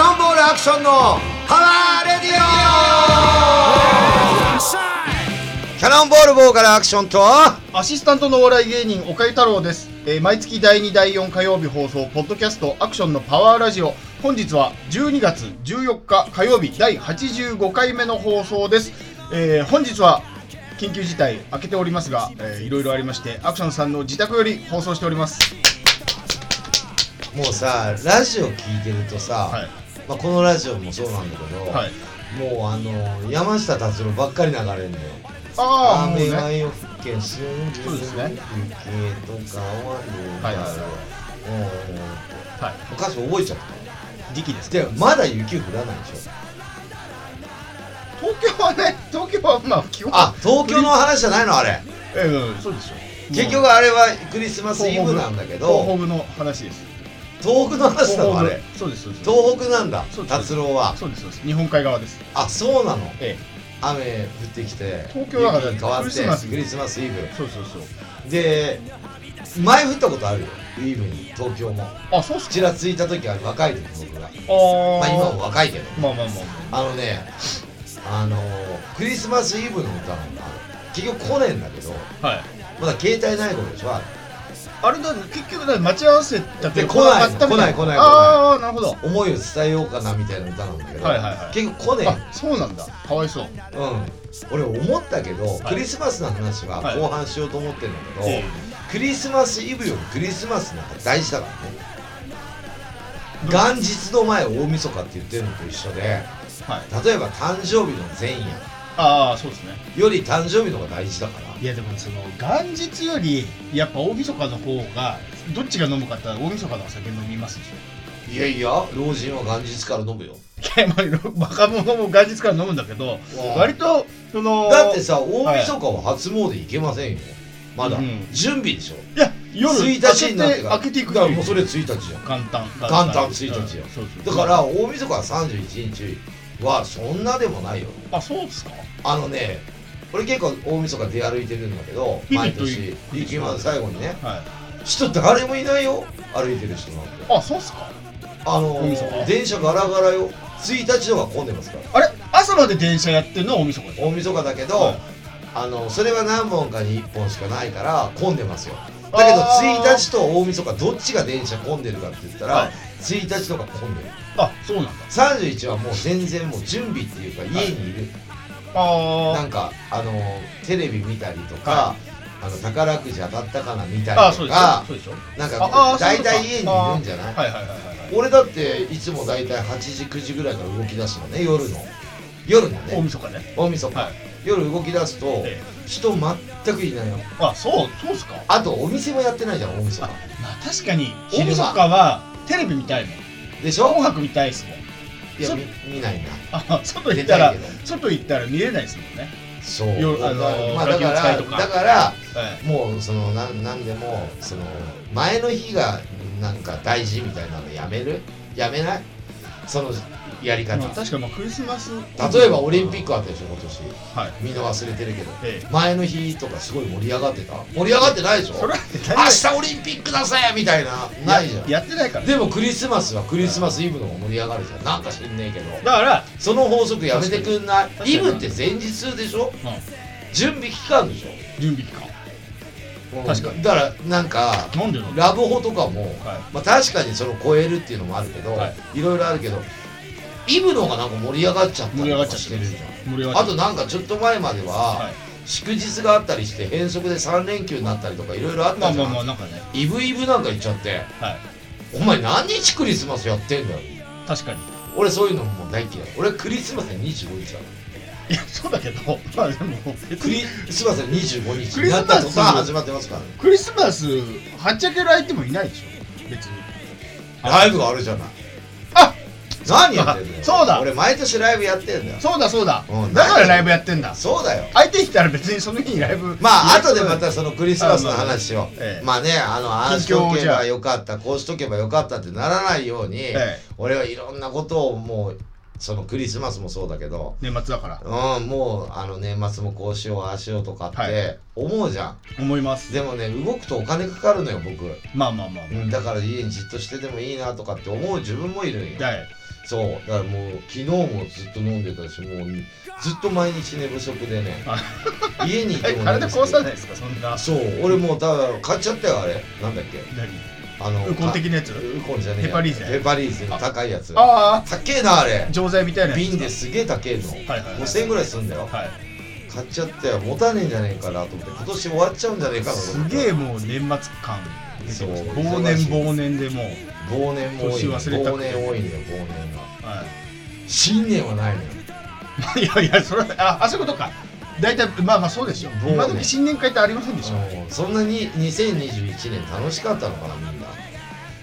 ションのパワーレディオキャノンボール棒からアクションとアシスタントのお笑い芸人岡井太郎です、えー毎月第2第4火曜日放送ポッドキャストアクションのパワーラジオ本日は12月14日火曜日第85回目の放送です、えー本日は緊急事態明けておりますが、えーいろいろありましてアクションさんの自宅より放送しておりますもうさラジオ聞いてるとさ、はいまあ、このラジオもそうなんだけど、はいもうあの山下達郎ばっかり流れるんだよああもう雨がねよくけしんじゅそうですねとかはどうだはいろううんはいお菓子覚えちゃった時期ですでもまだ雪降らないでしょ東京はね東京はまあ基本あ東京の話じゃないのあれええうんそうですよ結局あれはクリスマスイブなんだけど東北の話です東北の話なのあれ東北のそうですそうです東北なんだそうです達郎はそうですそうです日本海側ですあそうなのええ雨降ってきて東京だから雪に変わっクリてスマスクリスマスイそうそうそうブで前降ったことあるよイブに東京もあそうっすかちらついた時は若いです僕があまあー今も若いけどまあまあまああのねあのークリスマスイブの歌なんだ結局来ねえんだけどまあはいまだ携帯ない頃でしょあれあれだ結局だ待ち合わせたってで来ないた来みたない来ない来ないああなるほど思いを伝えようかなみたいな歌なんだけど、はいはいはい結構来ねあそうなんだかわいそうえ、うん、俺思ったけど、いクリスマスの話ははい後半しようと思ってるんだけど、ええクリスマスイブよりクリスマスなんか大事だからね元日の前大晦日って言ってるのと一緒ではい例えば誕生日の前夜ああそうですねより誕生日の方が大事だからいやでもその元日よりやっぱ大晦日の方がどっちが飲むかって言ったら大晦日のお酒飲みますでしょいやいや老人は元日から飲むよい やまあ若者も元日から飲むんだけどわあ割とそのだってさ大晦日は初詣行けませんよ、まだ、うん準備でしょいや夜1日になってから開けていくだからもうそれ1日じゃん簡単元簡旦単1日ようんそうそうだから大晦日は31日はそんなでもないよあそうですかあのね俺結構大晦日出歩いてるんだけど日々毎とい年う行きます最後にねはい人誰もいないよ歩いてる人なんてあそうっすかあの大晦日電車ガラガラよ1日の方が混んでますからあれ朝まで電車やってんのは大晦日で大晦日だけど、はいあのそれは何本かに1本しかないから混んでますよだけどあー1日と大晦日どっちが電車混んでるかって言ったら、はい1日とか混んでるあそうなんだ31はもう全然もう準備っていうか家にいる、なあんかあのテレビ見たりとか、はあの宝くじ当たったかな見たーあーりそとうでしょかそうでしょなんあかあー大そう体いう家にいことかるんじゃないはいはいはいはいはい俺だっていつも大体8時9時ぐらいから動き出すのね夜の夜の大ね晦日ね大晦日、はい夜動き出すと、え人全くいないよあそうそうっすかあとお店もやってないじゃん大晦あ日まあ確かに大昼間晦日はテレビ見たいもんでし紅ょ白見たいっすもんいやそうみ見ないなあ外行ったら出たいけ外行ったら見れないっすもんねそう夜だからあのーまあだかガキの使いらとかだからはいもうそのなんなんでもその前の日がなんか大事みたいなのやめるやめないそのやり方まあ確かにまあクリスマス例えばオリンピックあったでしょ今年はいみんな忘れてるけどええ前の日とかすごい盛り上がってた盛り上がってないでしょそれは明日オリンピックだぜみたいなないじゃんやってないからでもクリスマスはクリスマスイブの方が盛り上がるじゃんなんか知んねえけどだからその法則やめてくんない確かにイブって前日でしょうん準備期間でしょ準備期間確かにだからなんかなんでなんだラブホとかも、まあ、確かにその超えるっていうのもあるけど、、はいろいろあるけどイブの方がなんか盛り上がっちゃったり盛り上がっちゃしっててるじるゃ盛り上んがあっちゃとってなんかちょっと前までは、はい祝日があったりして変則で3連休になったりとかいろいろあっまたあじゃまん、あまあなんかねイブイブなんか行っちゃってはいお前何日クリスマスやってんだよ確かに俺そういうのもう大嫌い俺クリスマスに25日だいやそうだけど まあでも別クにリスマスに25日クにリスなマスった途端始まってますからねクリスマスはっちゃける相手もいないでしょ別にライブがあるじゃないあ何やってんだよそうだ俺毎年ライブやってんだよそうだそうだうんだからライブやってんだそうだよ相手来たら別にその日にライブまあ後でまたそのクリスマスの話をええまあねあのああし近況とをけじゃあばよかったこうしとけばよかったってならないようにええ俺はいろんなことをもうそのクリスマスもそうだけど年末だからうんもうあの年末もこうしようああしようとかっはてい思うじゃん思いますでもね動くとお金かかるのよ僕まあまあまあまだから家にじっとしててもいいなとかって思う自分もいるんよあはいそうだからもう昨日もずっと飲んでたしもうずっと毎日寝不足でねあ家にいてえも寝体不足壊さないですかそんなそう俺もうだから買っちゃったよあれなんだっけ何あのウコン的なやつかウコンじゃねえやヘパリーゼヘパリーゼの高いやつ高あえなあれあ錠剤みたいなやつ瓶ですげえ高えのはいはいはい5000円ぐらいすんだよはい買っちゃったよ持たねえんじゃねえかなと思って今年終わっちゃうんじゃねえかなと思っすてげえもう年末感出てますそう忘年忘年でもう忘年も多い年忘れた忘年多いのよ忘年はは新年はないのよ いいやいやそれはああそういうことか大体まあまあそうでしょ忘年今時新年会ってありませんでしょうんそんなに2021年楽しかったのかなみんな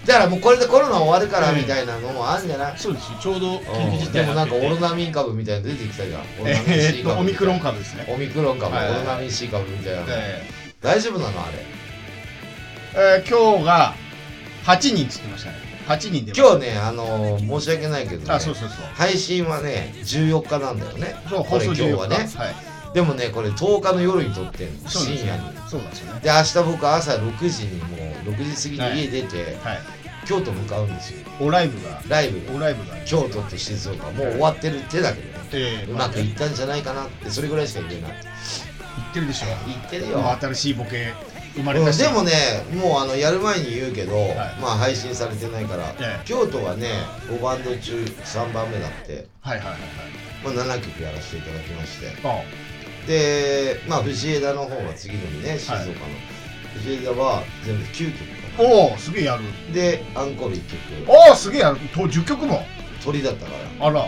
だからもうこれでコロナ終わるからうんみたいなのもあるんじゃない、そうですちょうど緊急う事ん、で態もなんかオロなナミン株みたいなの出てきたじゃんオロナミンえ C ーっと株オミクロンみたい株ですねなオミクロン株、はいオロナミン C 株みたいなの、え大丈夫なのあれーえー今日が8人つってましたね8人で今日ねあのー申し訳ないけど、ね、あそうそうそう配信はね14日なんだよねそうこ放れ送今日14は日ねはいでもねこれ10日の夜に撮ってんのそうなん深で夜すよにそうなんですよねで明日僕朝6時にもう6時過ぎに家出て、はい京都向かうんですよおライブがライブにおライブが京都と静岡もう終わってる手だけどねえうーまくいいったんじゃないかなってそれぐらいしか言えないってるでしょ言ってるよ、もう新しいボケ生まれうたんしでもねもうあのやる前に言うけど、いまあ配信されてないから、ええ京都はね5バンド中3番目だって、はいはいはいまあ、7曲やらせていただきましてはいでまあ藤枝の方は次の日ね静岡の、はい藤枝は全部9曲かなおおすげえやるでアンコール1曲おおすげえやると10曲も鳥だったからあら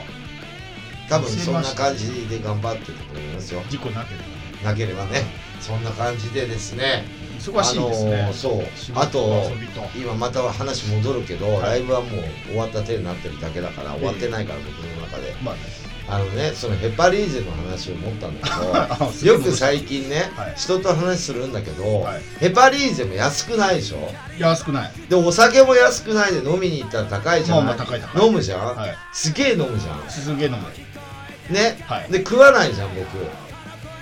多分そんな感じで頑張ってると思いますよ事故なければなければねそんな感じでですね忙しいですあのねー仕そう事あと遊びと今また話戻るけど、はいライブはもう終わった手になってるだけだから終わってないから僕の中でまあねあのねそのヘパリーゼの話を持ったんだあけすどごいよく最近ね、はい人と話するんだけど、はいヘパリーゼも安くないでしょ安くないでお酒も安くないで飲みに行ったら高いじゃまなあい、まあ高い高い飲むじゃん、はいすげえ飲むじゃんすげえ飲むねはいで食わないじゃん僕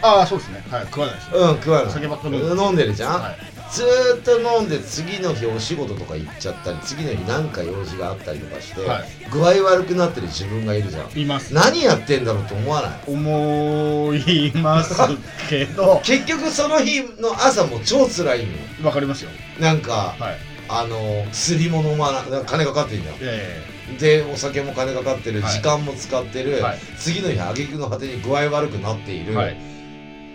ああそうですねはい食わないですうん食わない酒ばっか飲む飲んでるじゃん、はいずーっと飲んで次の日お仕事とか行っちゃったり次の日なんか用事があったりとかして、はい具合悪くなってる自分がいるじゃんいます何やってんだろうと思わない思いますけ ど結局その日の朝も超辛いのよわかりますよなんかはいあの薬も飲まななんか金かかってんじゃえんでお酒も金かかってる、はい時間も使ってる、はい次の日挙句の果てに具合悪くなっていえる、はい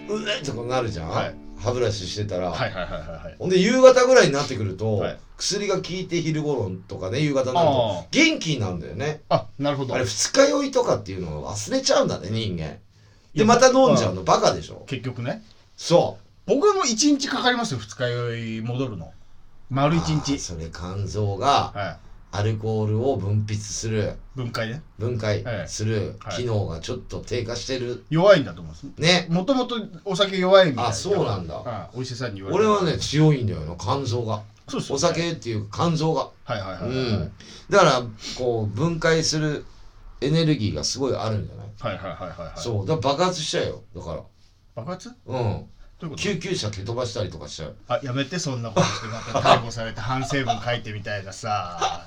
うえってことになるじゃん、はい歯ブラシしてたら、はいはいはいはいはいほんで夕方ぐらいになってくると、はい薬が効いて昼頃とかね夕方になるあとあ元気になるんだよねあなるほどあれ二日酔いとかっていうのを忘れちゃうんだね人間いやでまた飲んじゃうのバカでしょ結局ねそう僕はもう1日かかりますよ二日酔い戻るの丸一あー日それ肝臓がはアルコールを分泌するい分解ね分解ええするはい機能がちょっと低下してる弱いんだと思いますねもともとお酒弱いみたいあそうなんだはいお医者さんに言われ俺はね強いんだよな肝臓がそうそうお酒っていうか肝臓がはいはいはういはいんだからこう分解するエネルギーがすごいあるんじゃないはいはいはいはいはいそうだから爆発しちゃうよだから爆発どうんういうこと救急車蹴飛ばしたりとかしちゃうあやめてそんなことしてまた逮捕されて反省文書いてみたいなさ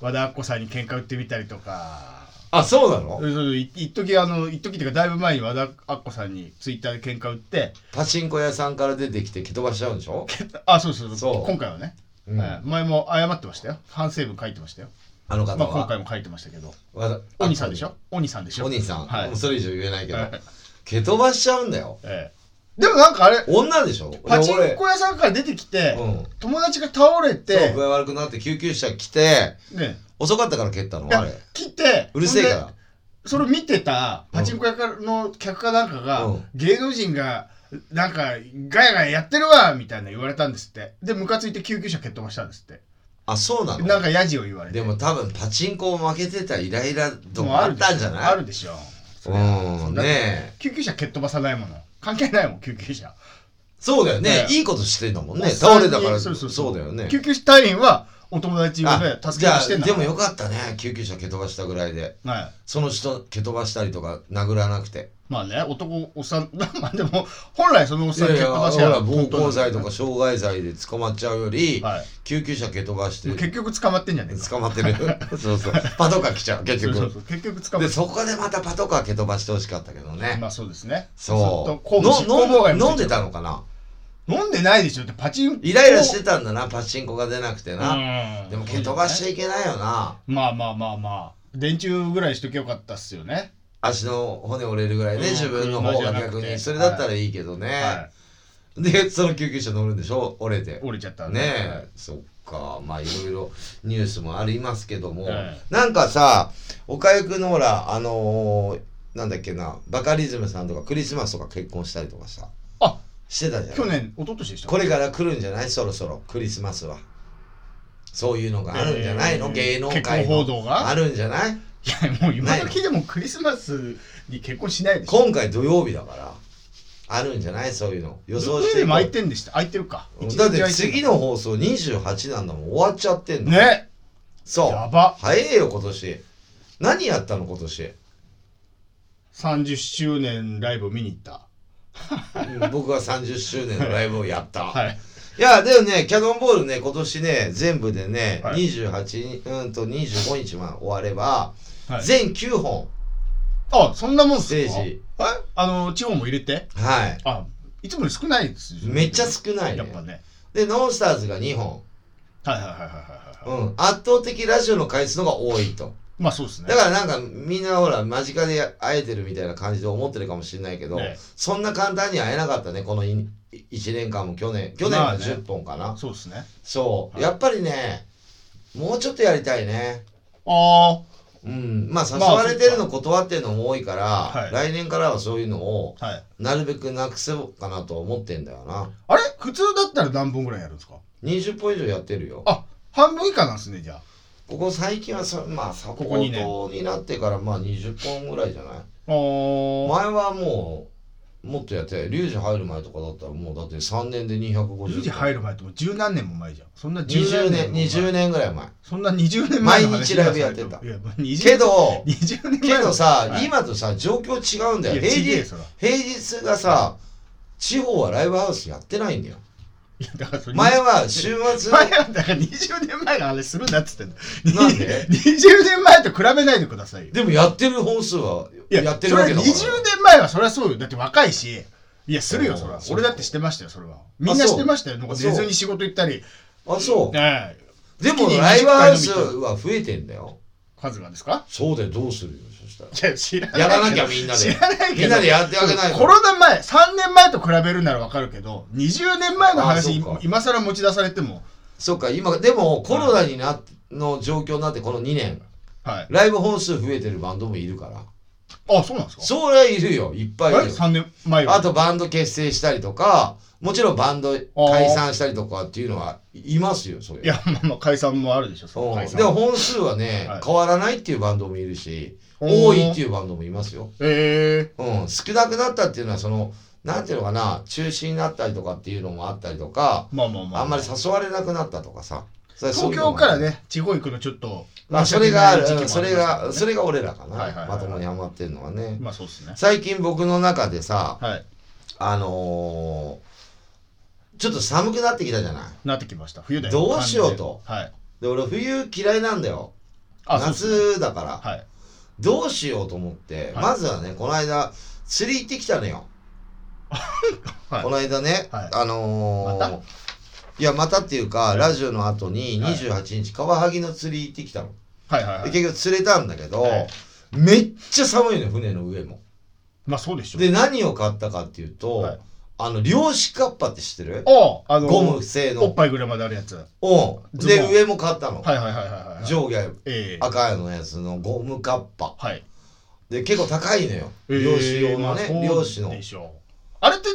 和田アッコさんに喧嘩売ってみたりとかあそうなのそうそうい一時あの一時っていうかだいぶ前に和田アッコさんにツイッターで喧嘩売ってパチンコ屋さんから出てきて蹴飛ばしちゃうんでしょ、あそうそうそうそう今回はね、うんはい前も謝ってましたよ反省文書いてましたよあの方は、まあ今回も書いてましたけどわ鬼さんでしょ鬼さんでしょお兄さん、はいもうそれ以上言えないけど、はい蹴飛ばしちゃうんだよええでもなんかあれ女でしょパチンでコ屋さんから出てきて、俺うん友達が倒れそうて具合悪くなって救急車来てね遅かったから蹴ったのいやあれ来てうるせえほんかでそれを見てたパチンコ屋からの客かなんかが、うん芸能人がなんかガヤガヤやってるわみたいな言われたんですってでムカついて救急車蹴っ飛ばしたんですってらあそうなのなんかヤジを言われてでも多分パチンコを負けてたイライラともうかあったんじゃないあるでしょそれうんねえ救急車蹴っ飛ばさないもの関係ないもん救急車そうだよねねいいことしてんだもんおねっさん倒れにたからそうそうそうだよね救急車隊員はお友達をねあ助けにしてんだじゃあでもよ、よかったね救急車蹴飛ばしたぐらいではその人蹴飛ばしたりとか殴らなくてまあね、男、おっさん、 まあでも、本来そのおっいさんやい蹴っや飛ばしほやら暴行罪と本か傷害罪で捕まっちゃうより、当だよねはい。救急車蹴飛ばして結局捕まってんじゃねえか。捕まって るそうそうパトカー来ちゃう結そう局そうそう結局捕までってそこでまたパトカー蹴飛ばしてほしかったけどね、まあそうですね。そずっと公う務執行妨害もついちゃうの飲んでたのかな飲んでないでしょってパチンイライラしてたんだなパチンコが出なくてな、なでも蹴飛ばしちゃいけないよなまあまあまあまあ電柱ぐらいしときゃよかったっすよね、足の骨折れるぐらいね、うん自分の方が逆車じゃなくにてそれだったらいいけどね、でその救急車乗るんでしょ折れてはい折れちゃったねえそっかまあいろいろニュースもありますけども、えなんかさ岡ゆくんのほらあのーなんだっけなバカリズムさんとかクリスマスとか結婚したりとかさあしてたじゃん去年一昨年でしたこれから来るんじゃないそろそろクリスマスはそういうのがあるんじゃないの、えー芸能界結婚報の道があるんじゃないいやもう今時でもクリスマスに結婚しないでしょ今回土曜日だからあるんじゃないそういうの予想していでこう巻いてんでした開いてるかうん一日だって空いる次の放送28なんだもん終わっちゃってんの、ねそうやば早えよ今年何やったの今年30周年ライブ見に行ったうん僕は30周年のライブをやった、い、はいやでもねキャノンボールね今年ね全部でね、はい28うんと25日まで終われば、はい全9本あそんなもんっすステかージえあの地方も入れてはいあいつもより少ないですよねめっちゃ少ないねやっぱねでノンスターズが2本、はいはいはいはいはい、うはいん、圧倒的ラジオの回数のが多いとまあそうですねだからなんかみんなほら間近で会えてるみたいな感じで思ってるかもしれないけど、ねそんな簡単に会えなかったねこの1年間も去年去年まはあね10本かな、そうですねそう、はいやっぱりねもうちょっとやりたいねあうんまあ誘まあわれてるの断ってるのも多いから、はい来年からはそういうのをあはいなるべくなくそうかなと思ってんだよなあれ普通だったら何本ぐらいやるんですか20本以上やってるよあ半分以下なんですねじゃここ最近はそまあサポここにねートになってからまあ20本ぐらいじゃないあお前はもうもっとやってリュウジ入る前とかだったらもうだって3年で250時入る前ってもう十何年も前じゃんそんな十20何年年も前20年ぐらい前そんな20年前の話毎日ライブやってたいやもう20けど20年け前のどさ、はい今とさ状況違うんだよいやちげ平えよ日そら平日がさ地方はライブハウスやってないんだよいやだからそれ前は週末前はだから20年前の話するなっつってんだなんで20年前と比べないでくださいよでもやってる本数はやってるそわれはけだ20から年前はそりゃそうよだって若いしいやするよそあらそう俺だってしてましたよそれはみんなしてましたよなんかそう寝ずに仕事行ったりあそうねえでも月に20ライブハウス回のみは増えてんだよ数がですかそうだよどうするよそしたらいや知らないやらなきゃみんなで 知らないけどみんなでやってあげないとコロナ前3年前と比べるならわかるけど20年前の話あそうか今更持ち出されてもそうか今でもコロナになの状況になってこの2年はいライブ本数増えてるバンドもいるからあそうなんですかそりゃいるよいっぱいいるよ3年前よりあとバンド結成したりとかもちろんバンド解散したりとかっていうのはいますよそれいやまあまあ解散もあるでしょそのう解ん散でも本数はね、はい変わらないっていうバンドもいるし多いっていういうバンドもいますよ、えうん、少なくなったっていうのはそのなんていうのかな中止になったりとかっていうのもあったりとかー、まあまあまああんまり誘われなくなったとかさそれそういう東の京もからね地方行くのちょっとまあそれがある、申し訳ない時期そもあれりましたがそれが俺らかな、はいはいはいまともにハマってるのはねまあそうですね最近僕の中でさはいあのーちょっと寒くなってきたじゃないなってきました冬だよどうしようと完全はいで俺冬嫌いなんだよあそうっすね夏だから、はいどうしようと思って、はいまずはねこの間釣り行ってきたのよ、はいこの間ね、はいあのーまいやまたっていうか、いラジオの後にはい28日カワハギの釣り行ってきたの、はいはいはでい結局釣れたんだけど、はいめっちゃ寒いのよ船の上もまあそうでしょうで何を買ったかっていうと、はいあの漁師カッパって知ってるおうあのゴム製おっのぱいぐらいまであるやつはいうんでズボン上も買ったの、はいはいはいはいはい上下ええ赤いのやつのゴムカッパはいで結構高いのよ、ええ漁師用のね、まあ漁師のそうでしょうあれって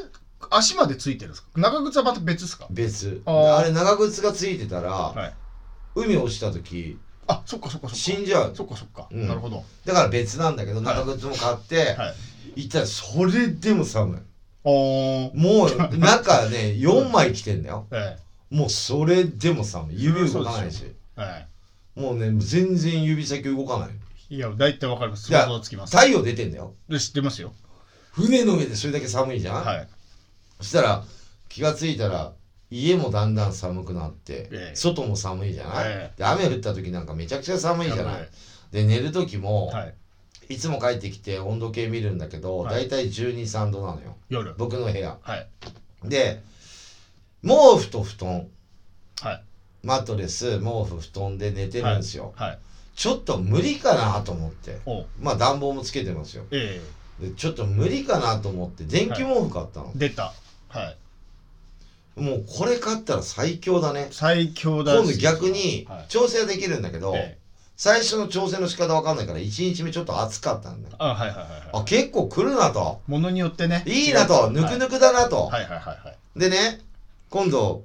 足までついてるんですか長靴はまた別ですか別あーあれ長靴がついてたら、はい海落ちた時あそっかそっかそっか死んじゃうそっかそっかうんなるほどだから別なんだけど長靴も買って、はい行ったらそれでも寒いおーも う中ね4枚着てんだよえもうそれでも寒い指動かないそしえはもうね全然指先動かないいいや大体わかりますいや想像つきます太陽出てんだよで知ってますよ船の上でそれだけ寒いじゃん、はいそしたら気がついたら家もだんだん寒くなって、ええ外も寒いじゃない、えで雨降った時なんかめちゃくちゃ寒いじゃないやで寝る時も、ばいはいい、つも帰ってきて温度計見るんだけどはい大体1 2 3度なのよ夜僕の部屋はいで毛布と布団はいマットレス毛布布団で寝てるんですよ、はいちょっと無理かなと思っておうまあ暖房もつけてますよえでちょっと無理かなと思って電気毛布買ったの、え出たはいもうこれ買ったら最強だね最強だ今度逆にはい調整はできるんだけど、ええ最初の調整の仕方わかんないから1日目ちょっと暑かったんだよあはいはいはいはいあ結構来るなとものによってねいいなとぬくぬくだなと、はいはいはいはいでね今度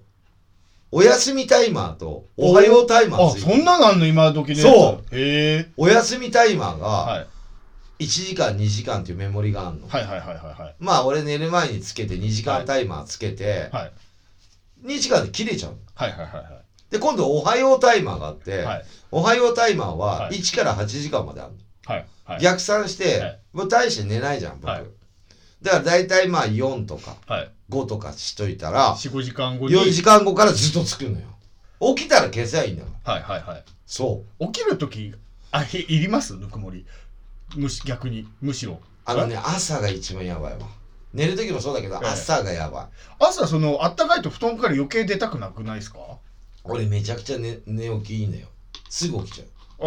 お休みタイマーとおはようタイマあーついてそんなのあんの今時ねそうへえお休みタイマーがはい1時間2時間っていうメモリがあるの、はいはいはいはいはいまあ俺寝る前につけて2時間タイマーつけて、はい2時間で切れちゃうはいはいはで今度おはようタイマーがあって、いはいおはようタイマーははい1から8時間まであるの、はいはい逆算して、はいもう大して寝ないじゃん僕、はいだから大体まあ4とかはい5とかしといたら45時間後に4時間後からずっとつくのよ起きたら消せばいいんだからはいはいはいそう起きる時あいいりますぬくもりむし逆にむしろあのね朝が一番やばいわ寝る時もそうだけどええ朝がやばい朝そのあったかいと布団から余計出たくなくないですか俺めちゃくちゃ寝寝起きいいのよすぐ起きちゃうあ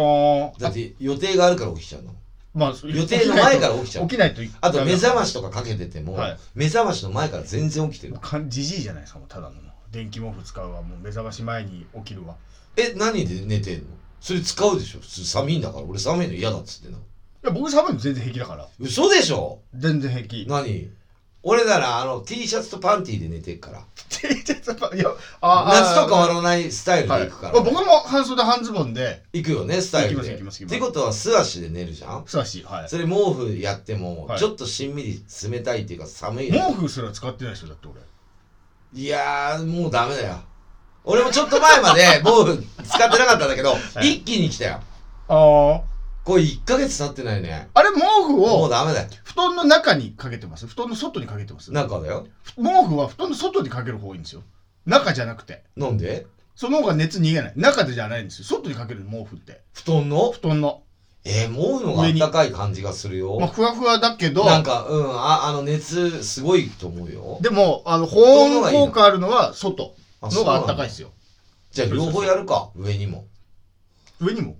ーだって予定があるから起きちゃうのまあそう予定の前から起きちゃう 起きないとあと目覚まししとかかけてても、はい目覚ましの前から全然起きてるじじいじゃないですかもうただの電気毛布使うわもう目覚まし前に起きるわえ何で寝てんのそれ使うでしょ普通寒いんだから俺寒いの嫌だっつってんのいや僕寒いの全然平気だから嘘でしょ全然平気 何俺ならあの T シャツとパンティーで寝てるからいや夏とかは終わらないスタイルではい行くから、僕も半袖半ズボンで行くよねスタイルで行きます行きます行きますってことは素足で寝るじゃん素足はいそれ毛布やっても、はいちょっとしんみり冷たいっていうか寒いの毛布すら使ってないでしょだって俺いやーもうダメだよ俺もちょっと前まで 毛布使ってなかったんだけど、い一気に来たよあこれ1ヶ月経ってないねああれ毛布もうをダメだよ布団の中にかけてます布団の外にかけてます毛中だよ布は布団の外にかける方がいいんですよ中じゃなくてなんでその方が熱逃げない中でじゃないんですよ外にかける毛布って布団の布団の、えー、毛布の方があったかい感じがするよ、まあ、ふわふわだけどなんかうんああの熱すごいと思うよでもあの保温効果あるのは外の方があったかいですよじゃあ両方やるか上にも上にも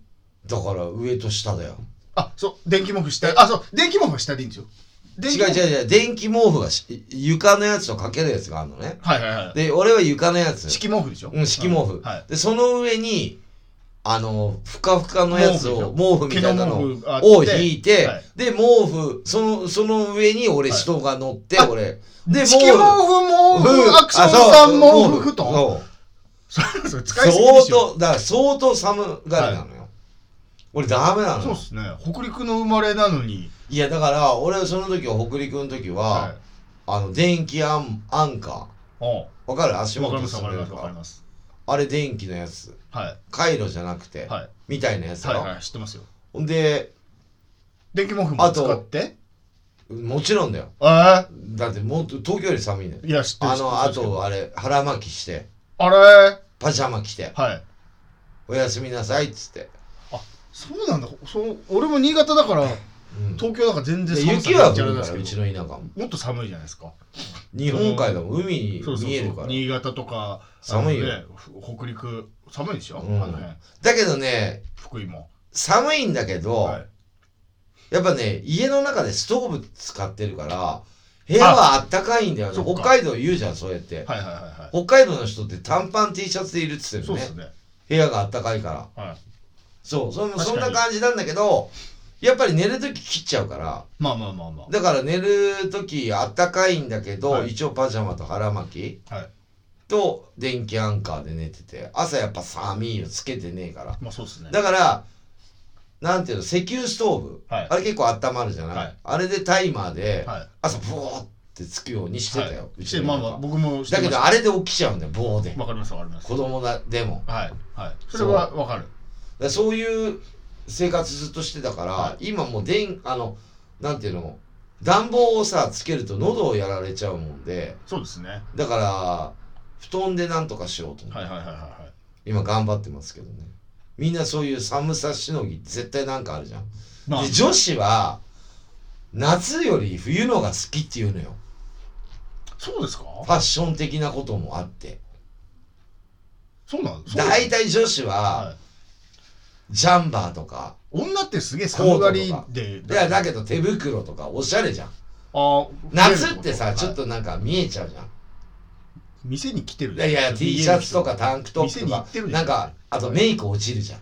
だから上と下だよあそう電気毛布下あそう電気毛布は下でいいんですよ電違気う毛布違う違う電気毛布がし床のやつとかけるやつがあるのねはいはいはいで俺は床のやつ敷毛布でしょうん敷毛布、はいでその上にあのふかふかのやつを毛布みたいなの毛布があってを引いて、はいで毛布そのその上に俺はい人が乗って、あ俺で敷毛布毛うん布アクションあさそんう毛布布団そうそれそれ使いすぎで相しょ当だから相当寒がりなのよ、俺ダメなのそうよっすね北陸の生まれなのにいやだから俺はその時は北陸の時は、はいあの電気アンアンカおーわかる足わ元かりますわかりま滑するわかりますあれ電気のやつは回路じゃなくいて、はいみたいなやつだはいろ、はい知ってますよほんで電気毛布も使ってもちろんだよあだってもう東京より寒いねえいや知ってるあのあ知ってるとあれ腹巻きしてあれパジャマ着てはいおやすみなさいっつって、そうなんだそう俺も新潟だからうんで東京だから全然寒さ雪はめっちゃあ降るかれなんでらすけうどちの田舎ももっと寒いじゃないですか日本海だもん海にそうそうそう見えるから新潟とか寒いよあのねふ北陸寒いでしょ、うんあのねだけどね福井も寒いんだけど、はいやっぱね家の中でストーブ使ってるから部屋はあったかいんだよねそっ北か海道言うじゃんそうやって、はいはいはいはい北海道の人って短パン T シャツでいるっつってそるうでねすね部屋があったかいからはいそうそれも確そかんにな感じなんだけどやっぱり寝る時切っちゃうからまあまあまあまだから寝る時あったかいんだけど、はい一応パジャマと腹巻きあはいと電気アンカーで寝てて朝やっぱ寒いよつけてねえからまあそうですねだからなんていうの石油ストーブ、はいあれ結構温まるじゃない、はいあれでタイマーではい朝ブワーってつくようにしてたよ、はうい、しちてのまあ中まあ僕もしてだけましどあれで起きちゃうんだよ棒でたわかりますわかります子供だでもはいはいそれはわかるだからそういう生活ずっとしてたから、は今もう電あのなんていうの暖房をさつけると喉をやられちゃうもんでそうですねだから布団でなんとかしようと思って、はいはいはいはいはい今頑張ってますけどねみんなそういう寒さしのぎ絶対なんかあるじゃんまあで女子は夏より冬のが好きっていうのよそうですかファッション的なこともあってそうなんそう大体女子ははいジャンバーとか女ってすげえ寒がりでいやだけど手袋とかおしゃれじゃんあー夏ってさはいちょっとなんか見えちゃうじゃん店に来てるいやいや T シャツとかタンクトップ店とに行かってるでしょなんかあとメイク落ちるじゃん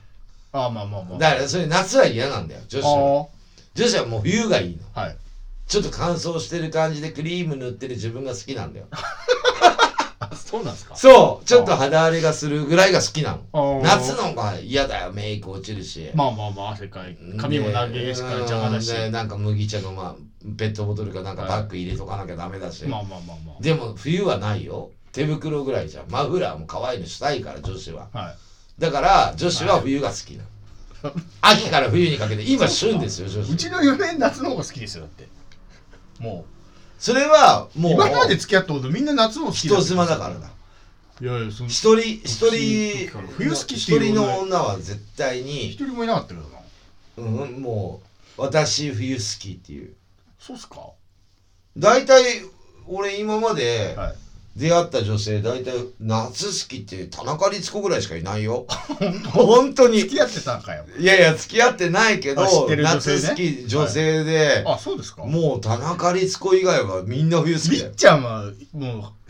ああまあまあまあだからそれ夏は嫌なんだよ女あ子はー女子はもう冬がいいのはいちょっと乾燥してる感じでクリーム塗ってる自分が好きなんだよあそうなんですかそうちょっと肌荒れがするぐらいが好きなのあー夏の方が嫌だよメイク落ちるしまあまあまあ汗かい髪も長いしから邪魔だしうんでなんか麦茶の、まあ、ペットボトルかなんかバッグ入れとかなきゃダメだし、まあまあまあまでも冬はないよ手袋ぐらいじゃんマフラーも可愛いのしたいから女子はあはいだから女子は冬が好きなの、秋から冬にかけて今旬ですよ女うち子の嫁夏の方が好きですよだってもそれはうもう今まで付き合ったことみんな夏の方が好きだ人妻だからだいやいやその一人一人冬好きって一いう人女の女は絶対に、一人もいなかったけどなうん、もう私冬好きっていうそうっすかは大体俺今までい出会った女性大体夏好きって田中律子ぐらいしかいないよ本当に付き合ってたんかよいやいや付き合ってないけど、あ知ってる女性ね夏好き女性で、あそうですかもう田中律子以外はみんな冬好みきだよっちゃんはもう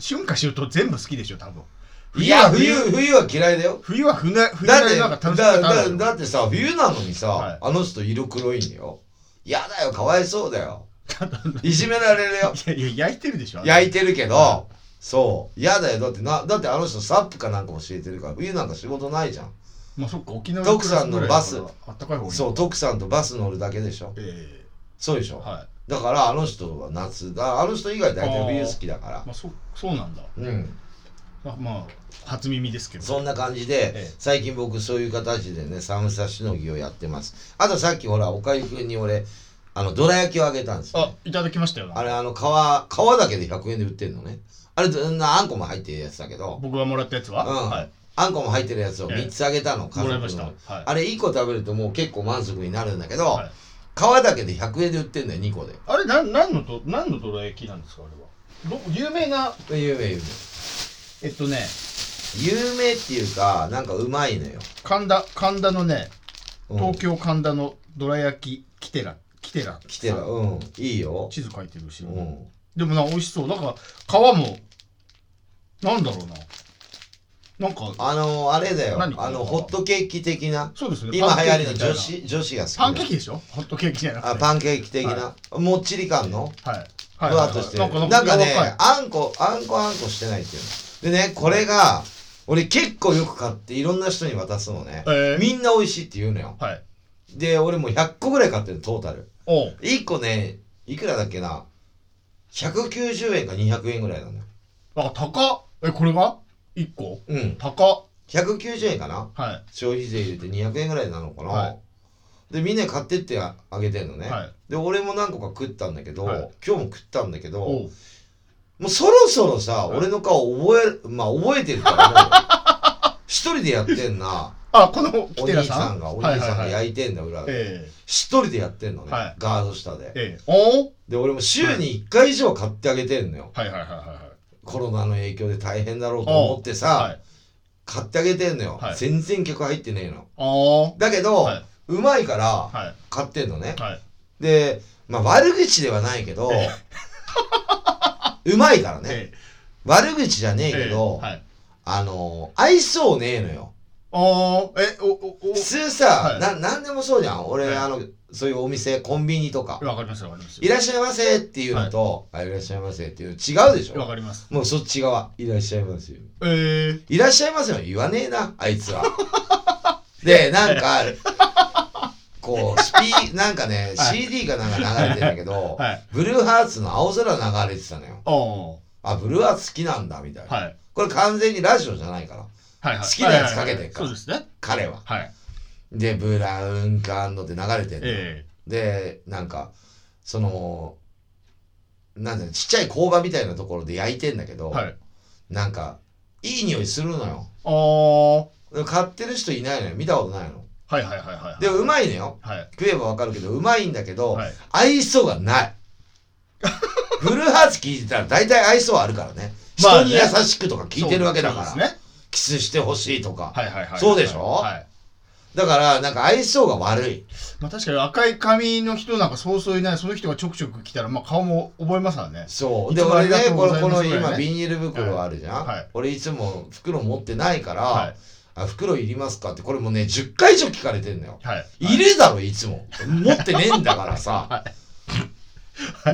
春夏秋冬全部好きでしょ多分いや冬冬は冬は嫌いだよ冬は冬な冬だなっりてのなだんか楽しみだ方あるだよだってさ冬なのにさ、はいあの人色黒いんだよ嫌だよかわいそうだよいじめられる よいやいや焼いてるでしょ焼いいてるけど、はそう嫌だよだってなだってあの人サップかなんか教えてるから冬なんか仕事ないじゃんまあそっか沖縄徳さんのバスぐらいだからあったかい方がいいそう徳さんとバス乗るだけでしょえそうでしえょはいだからあの人は夏だあの人以外大体冬好きだからまあそそうなんだうんまあまあ初耳ですけどそんな感じえで、え最近僕そういう形でね寒さしのぎをやってますあとさっきほらおかゆくんに俺あのどら焼きをあげたんですよ、あいただきましたよなあれあの皮皮だけで100円で売ってるのねあれうんあんこも入ってるやつだけど僕がもらったやつは、うんはいあんこも入ってるやつをええ3つあげたの、家族のもらいましたはいあれ1個食べるともう結構満足になるんだけど、はい皮だけで100円で売ってるんだよ2個であれなんなんのと何のどら焼きなんですかあれはど有名な有名有名えっとね有名っていうかなんかうまいのよ、神田神田のねうん東京神田のどら焼きキテラキテラ来てるうんいいよ、地図書いてるし、うん、でもな美味しそうなんか皮もなんだろうななんかあのあれだよ何これあのホットケーキ的なそうですね今パ流ンケ行ーりのキみたいな女子女子が好きなパンケーキでしょホットケーキじゃなくてあパンケーキ的な、もっちり感のはいふはいはいわはっいとしてる、なんかなんか柔らかねいあんこあんこあんこしてないっていうのでねこれが俺結構よく買っていろんな人に渡すのね、えーみんな美味しいって言うのよはいで俺もう100個ぐらい買ってるトータルおう1個ねいくらだっけな190円か200円ぐらいなのよあ高っえこれが一個うん高っ190円かなは消費税入れて200円ぐらいなのかな、はいでみんなに買ってってああげてんのいね、はいで俺も何個か食ったんだけど、はい今日も食ったんだけどおもううそろそろさ、はい俺の顔覚えまあ覚えてるからもう 一人でやってん なあこのキお兄テラささんんがお兄さんがはいはいはい焼いてんだ裏で、え一人でやってんのね、はいガード下でえええおうで俺も週に1回以上買ってあげてんのよ、はいはいはいはいはいコロナの影響で大変だろうと思ってさ、はい買ってあげてんのよ、はい全然客入ってねえのあーだけど、はいうまいからは買ってんのねいはいで、まあ、悪口ではないけど、えうまいからね、え悪口じゃねええけど、ええはいあのー愛想ねえのよああ、え、お、お、普通さ、はいななんでもそうじゃん俺、はいあのそういうお店コンビニとかお、わかりますわかりますい。らっしゃいませっていうのと、あいらっしゃいませっていうの違うでしわょかります。もうそっち側いらっしゃいませよえー、いらっしゃいませは言わねえなあいつ はでなんかこうスピなんかね、はい CD かなんか流れてんだけど、はい。ブルーハーツの青空流れてたのよああ、あはブルーハーツ好きなんだみたいい。な、はいこれ完全にラジオじゃないからはい。好きなやつかけてっからはいはいはいそうですね。彼ははい。でブラウンカンドって流れてんのえでなんかそのなんだろうちっちゃい工場みたいなところで焼いてんだけど、はい。なんかいい匂いするのよああ。はい買ってる人いないのよ見たことないのはいはいはい。でもうまいのよはい。食えばわかるけどうまいんだけど、はい。愛想がない 古橋聞いてたら大体愛想はあるからねまあ人に優ねしくとか聞いてるわけだから、そうですね。キスしてほしいとか、はいはいはい。そうでしょはい。だからなんか愛想が悪いまあ確かに赤い髪の人なんかそうそういない、その人がちょくちょく来たら、まあ顔も覚えますからね。そういでつも俺ねありがとうこごのざいこのますぐらいね今ビニール袋あるじゃん、はいはい俺いつも袋持ってないから、はあ袋いりますかってこれもうね10回以上聞かれてんのよい。はい。いるだろいつも持ってねえんだから さ、は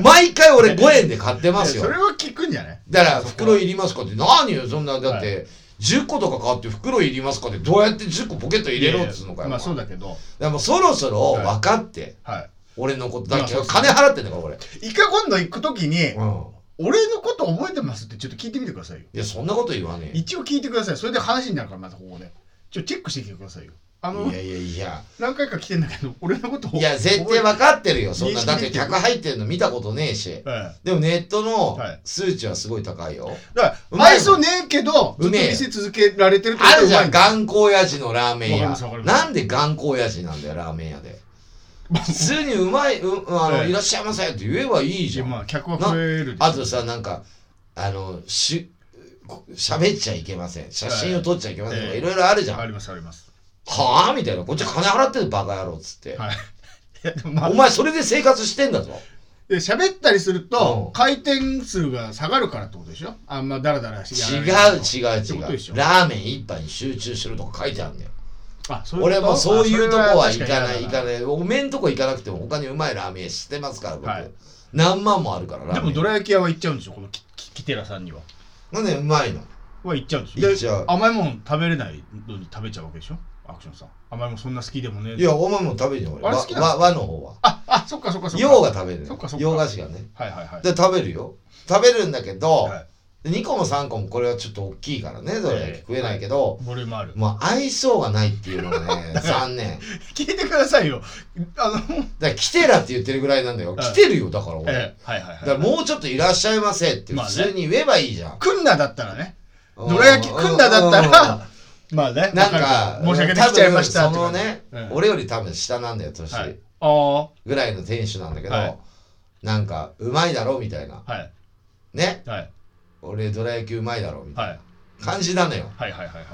毎回俺5円で買ってますよそれは聞くんじゃないだから袋いりますかって何よそんなだって10個とか買って袋いりますかってどうやって10個ポケット入れろっつうのかよまあそうだけど、でもうそろそろ分かって、は俺のことだってまあそうそう金払ってんだから俺、い。一回今度行くときに、うん俺のこと覚えてますってちょっと聞いてみてくださいよ。いやそんなこと言わねえ一応聞いてください。それで話になるから、またここで。ちょ、チェックしてきてくださいよ。あのい、やいやいや何回か来てんだけど、俺のこといや絶対分かってるよそん認な識だっでてきてる客入ってるの見たことねえしはい。でもネットのはい数値はすごい高いよ、だかうら、まいもん愛想ねえけど、ずうっとめえよ店続けられてるってこあとるうじまゃいんんだ頑固親父のラーメンわかり屋ますわかりますなんで頑固親父なんだよラーメン屋でまあ普通にうまい、うん、あの、はいいらっしゃいませって言えばいいじゃん。まあ、客は増えるでしょあとさ、なんか、あの、し、こ喋っちゃいけません。写真を撮っちゃいけませんとか、はいいろいろあるじゃん。あはりますあります。ぁみたいな。こっちは金払ってるバカ野郎っつって。はい。いやでもまあお前、それで生活してんだぞ。で喋ったりするうんと回転数が下がるからってことでしょあんまダラダラし違う違う違うやらないとってことでしょ。ラーメン一杯に集中しろとか書いてあるんだよ。あそうい俺うこともそういうとこは行かあそなれい、確行かかない。おめんとこ行かなくても他にうまいラーメン屋知ってますから、僕。はい何万もあるから、ラにでーメもン。どら焼き屋は行っちゃうんでしょこのききキテラさんにはなんでうまいのは行っちゃうんでしょ行っでちゃう甘いもん食べれないのに食べちゃうわけでしょアクションさん甘いもんそんな好きでもねいや、お前も食べるよ、俺。あれわ好きなのわ和の方は。ああそっかそっかそっか洋が食べるのそよっかそっか洋菓子がねはいはいはいで食べるよ食べるんだけど、はい2個も3個もこれはちょっと大きいからねどれだけええ食えないけど、ボリュームあるもう愛想がないっていうのが ね残念聞いてくださいよあのだから来てらって言ってるぐらいなんだよ、はい来てるよだから俺、ええはいはいだかはらいもうちょっといらっしゃいませってまあ普ね通に言えばいいじゃん、くんなだったらねうんどら焼きくんなだったうんらまあねなんわかる申し訳なくちゃいました多分そのね、とかうん俺より多分下なんだよ年、はいあぐらいの店主なんだけど、はいなんかうまいだろみたいなあはいねはい俺どら焼きうまいだろみたいはいな感じなのよはいはいはいはい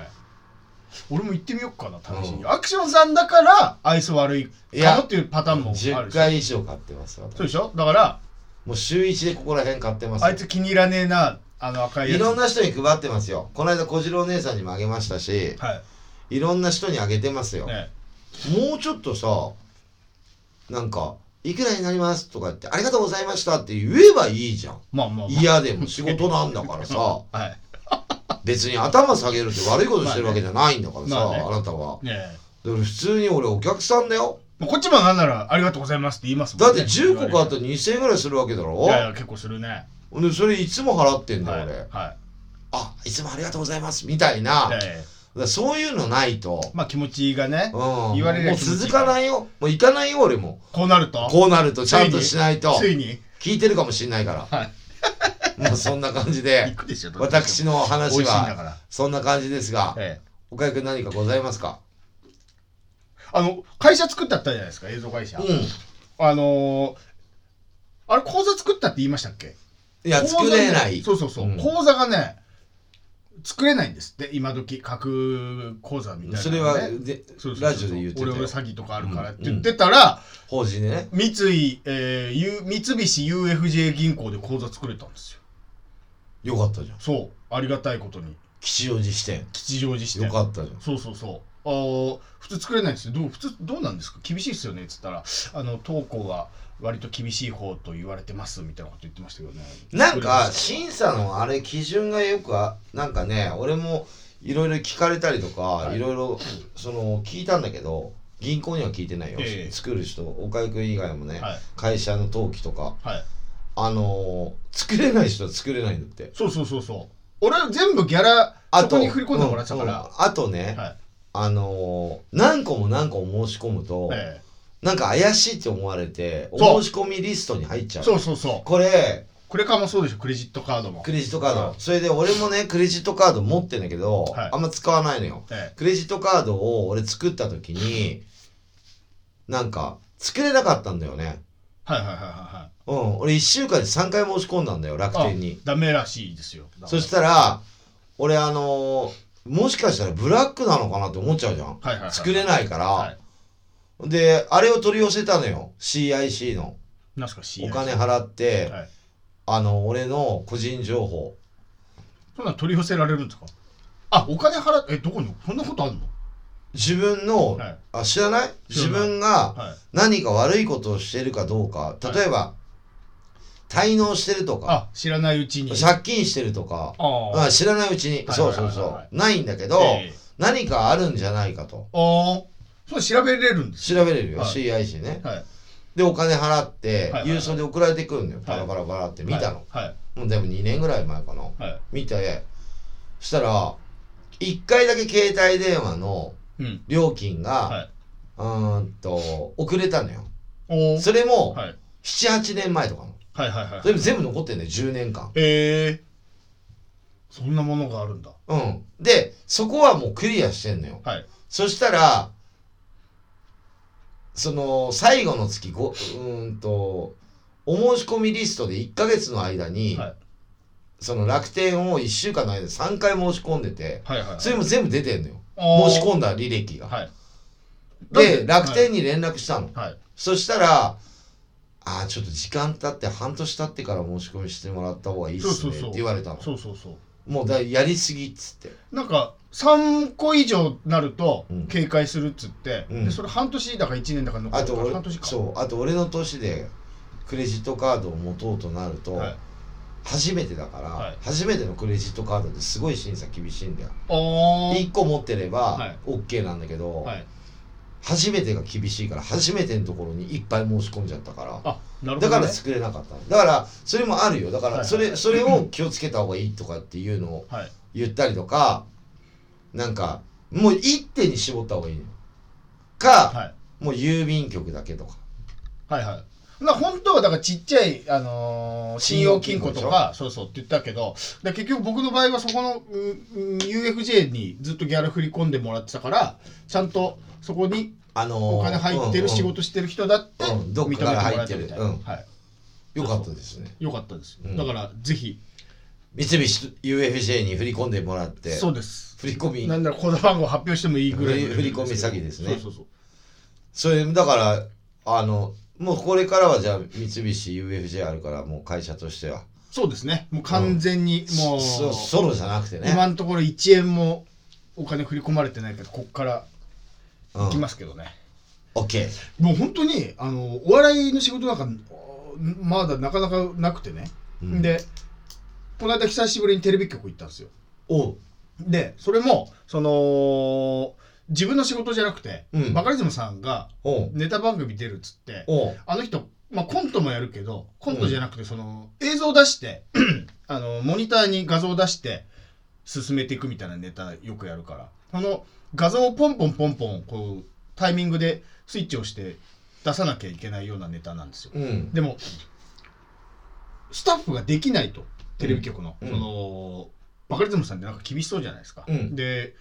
俺も行ってみようかな試しに、うアクションさんだから愛想悪いかもっていうパターンもあるし10回以上買ってますそうでしょだからもう週1でここら辺買ってますあいつ気に入らねえなあの赤いやいつろんな人に配ってますよこの間小次郎姉さんにもあげましたしはいろんな人にあげてますよ、い、ね、もうちょっとさなんか「いくらになります」とか言って「ありがとうございました」って言えばいいじゃんまあまあ、まあ、嫌でも仕事なんだから さは別に頭下げるって悪いことしてるわけじゃないんだからさ、まああねまあねなたはいねえだから普通に俺お客さんだよまあこっちもなんなら「ありがとうございます」って言いますもだっん、ね、て10個買ったいら2000円ぐらいするわけだろやいや結構するねほんでそれいつも払ってんだはいよ、俺、はあいつもありがとうございますみたいな、いだかええらそういうのないと、まあ気持ちがねうん、言われりゃもう気持ちいい続かないよもう行かないよ俺もこうなるとこうなるとちゃんとしないとついに聞いてるかもしんないか はらもうそんな感じい行でくでしょどっちにし私てのも美話味しいんだはからそんな感じですがええ岡井君何かございますかあの会社作ったったじゃないですか映像会社、うんあのー、あれ講座作ったって言いましたっけいや講作座ねれないそうそうそう、うん講座がね作れないんですって今時核講座みたいな、ね、それはでそうそうそうラジオで言ってた俺よ俺詐欺とかあるからって言ってたら、法人でね三井、えー、ゆ三菱 UFJ 銀行で口座作れたんですよよかったじゃんそうありがたいことに吉祥寺支店吉祥寺支店よかったじゃんそうそうそう。あー普通作れないんですよ。どう普通どうなんですか厳しいですよねっつったら、あの当校は割と厳しい方と言われてますみたいなこと言ってましたけどね。なんか作審査のあれ基準がよくあなんかね俺もいろいろ聞かれたりとか、いいろいろその聞いたんだけど銀行には聞いてないよ、ええ作る人岡井君以外もね、れまし会社の登記とかたはいはい。あのー作れない人は作れないんだってそうそうそうそう。俺は全部ギャラあそこに振り込んでもらってたかうんうら。んあとね、はい。あのー何個も何個も申し込むと、えなんか怪しいって思われておそう申し込みリストに入っちえゃうそうそうそこれクレカもそうでしょクレジットカードもクレジットカード、うんそれで俺もねクレジットカード持ってんだけど、はいあんま使わないのよえクレジットカードを俺作った時になんか作れなかったんだよねえはいはいはいはいはいうん俺1週間で3回申し込んだんだよ楽天にダメらしいですよそしたら俺あのーもしかしたらブラックなのかなって思っちゃうじゃんはいはいはい作れないから、はいであれを取り寄せたのよ CIC のなんすか CI お金払って、はいあの俺の個人情報そんなん取り寄せられるんですかあお金払っえどこにそんなことあるの自分の、はいあ知らない知自らない分がはい何か悪いことをしてるかどうかい例えば、滞納してるとかあ知らないうちに借金してるとかああ知らないうちに、はいそうそうはいそはいうないんだけど、ええ何かあるんじゃないかとああそれ調べれるんです調べれるよ、はい CIC ねはいでお金払って、はいはい郵送で送られてくるのよはバいラバラバラって見たの、はいもうでも2年ぐらい前かなはい見てしたら1回だけ携帯電話のうん料金が、はいうーんと遅れたのよおーそれもはい78年前とかのはいはいはいそれも全部残ってんだよ10年間ええそんなものがあるんだうんでそこはもうクリアしてんのよはいそしたらその最後の月ごうーんとお申し込みリストで1ヶ月の間に、はいその楽天を1週間の間で3回申し込んでてはいはいそれも全部出てんのよあ申ーし込んだ履歴がはいで楽天に連絡したの、はいそしたら「ああちょっと時間経って半年経ってから申し込みしてもらった方がいいっすそうね」そうそうって言われたのそうそうそうもうだやりすぎっつってなんか3個以上なるとうん警戒するっつって、うんでそれ半年だか1年だか残あるとから俺半年かそうあと俺の年でクレジットカードを持とうとなると、はい、初めてだから、はい初めてのクレジットカードってすごい審査厳しいんだよあー1個持ってれはばい OK なんだけど、はい初めてが厳しいから初めてのところにいっぱい申し込んじゃったからあなるほど、ね、だから作れなかったのだからそれもあるよだかはいはらいそれそれを気をつけた方がいいとかっていうのをはい言ったりとかなんかもう一手に絞った方がいいのかはいもう郵便局だけとかはいはいな本当はだからちっちゃい、あのー信用金庫とかそうそうって言ったけどで結局僕の場合はそこのううん UFJ にずっとギャラ振り込んでもらってたからちゃんとそこにあのーお金入ってる仕うんうん事してる人だってうん認うめんてどっからもらえ入ったてるみたいな、うんはい、よかったですねよかったです、うんだからぜひ三菱 UFJ に振り込んでもらってそうです振り込みなんならコード番号発表してもいいぐらいの振り振り込み詐欺ですねそうそうそうそれだからあのもうこれからはじゃあ三菱 UFJ あるからもう会社としてはそうですねもう完全に、もうそソロじゃなくてね今のところ1円もお金振り込まれてないけどこっからうん行きますけどね、 OK もう本当にあのお笑いの仕事なんかまだなかなかなくてね、うんでこの間久しぶりにテレビ局行ったんですよおうでそれもその自分の仕事じゃなくて、うんバカリズムさんがおうネタ番組出るっつっておうあの人、まあ、コントもやるけどコントじゃなくてその、映像出して あのモニターに画像を出して進めていくみたいなネタよくやるからその画像をポンポンポンポンこうタイミングでスイッチを押して出さなきゃいけないようなネタなんですようんでもスタッフができないとテレビ局の、うんそのバカリズムさんってなんか厳しそうじゃないですか、うんで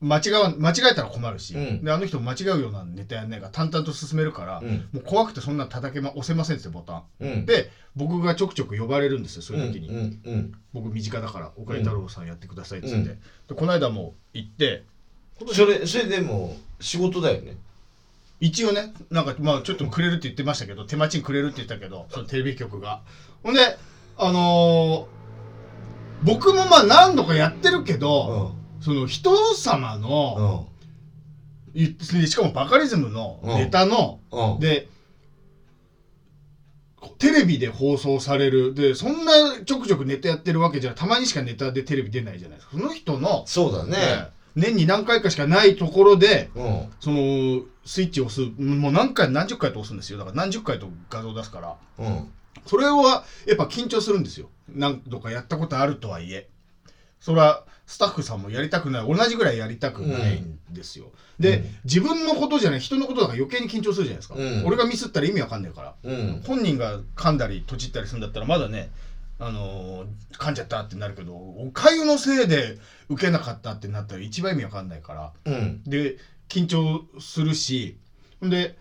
間違わ間違えたら困るし、うんであの人も間違うようなネタやんないから淡々と進めるから、うんもう怖くてそんな叩けま押せませんっつってボタンうんで僕がちょくちょく呼ばれるんですよそううんういう時に、んうん僕身近だから岡井太郎さんやってくださいっつって、うんでこの間も行ってそれそれでも仕事だよね一応ねなんかまあちょっとくれるって言ってましたけど手待ちにくれるって言ったけどそのテレビ局がほんであのー僕もまあ何度かやってるけど、その人様うの、ん言ってしかもバカリズムのネタの、うんでテレビで放送されるでそんなちょくちょくネタやってるわけじゃたまにしかネタでテレビ出ないじゃないですかその人の、そうだねね年に何回かしかないところでうんそのスイッチを押すもう何回何十回と押すんですよだから何十回と画像出すからうんそれはやっぱ緊張するんですよ何度かやったことあるとはいえそれはスタッフさんもやりたくない同じぐらいやりたくないんですよ、で、うん自分のことじゃない人のことだから余計に緊張するじゃないですか、うん俺がミスったら意味わかんないからうん本人が噛んだりとちったりするんだったらまだねあのー噛んじゃったってなるけどおかゆのせいで受けなかったってなったら一番意味わかんないからうんで緊張するしで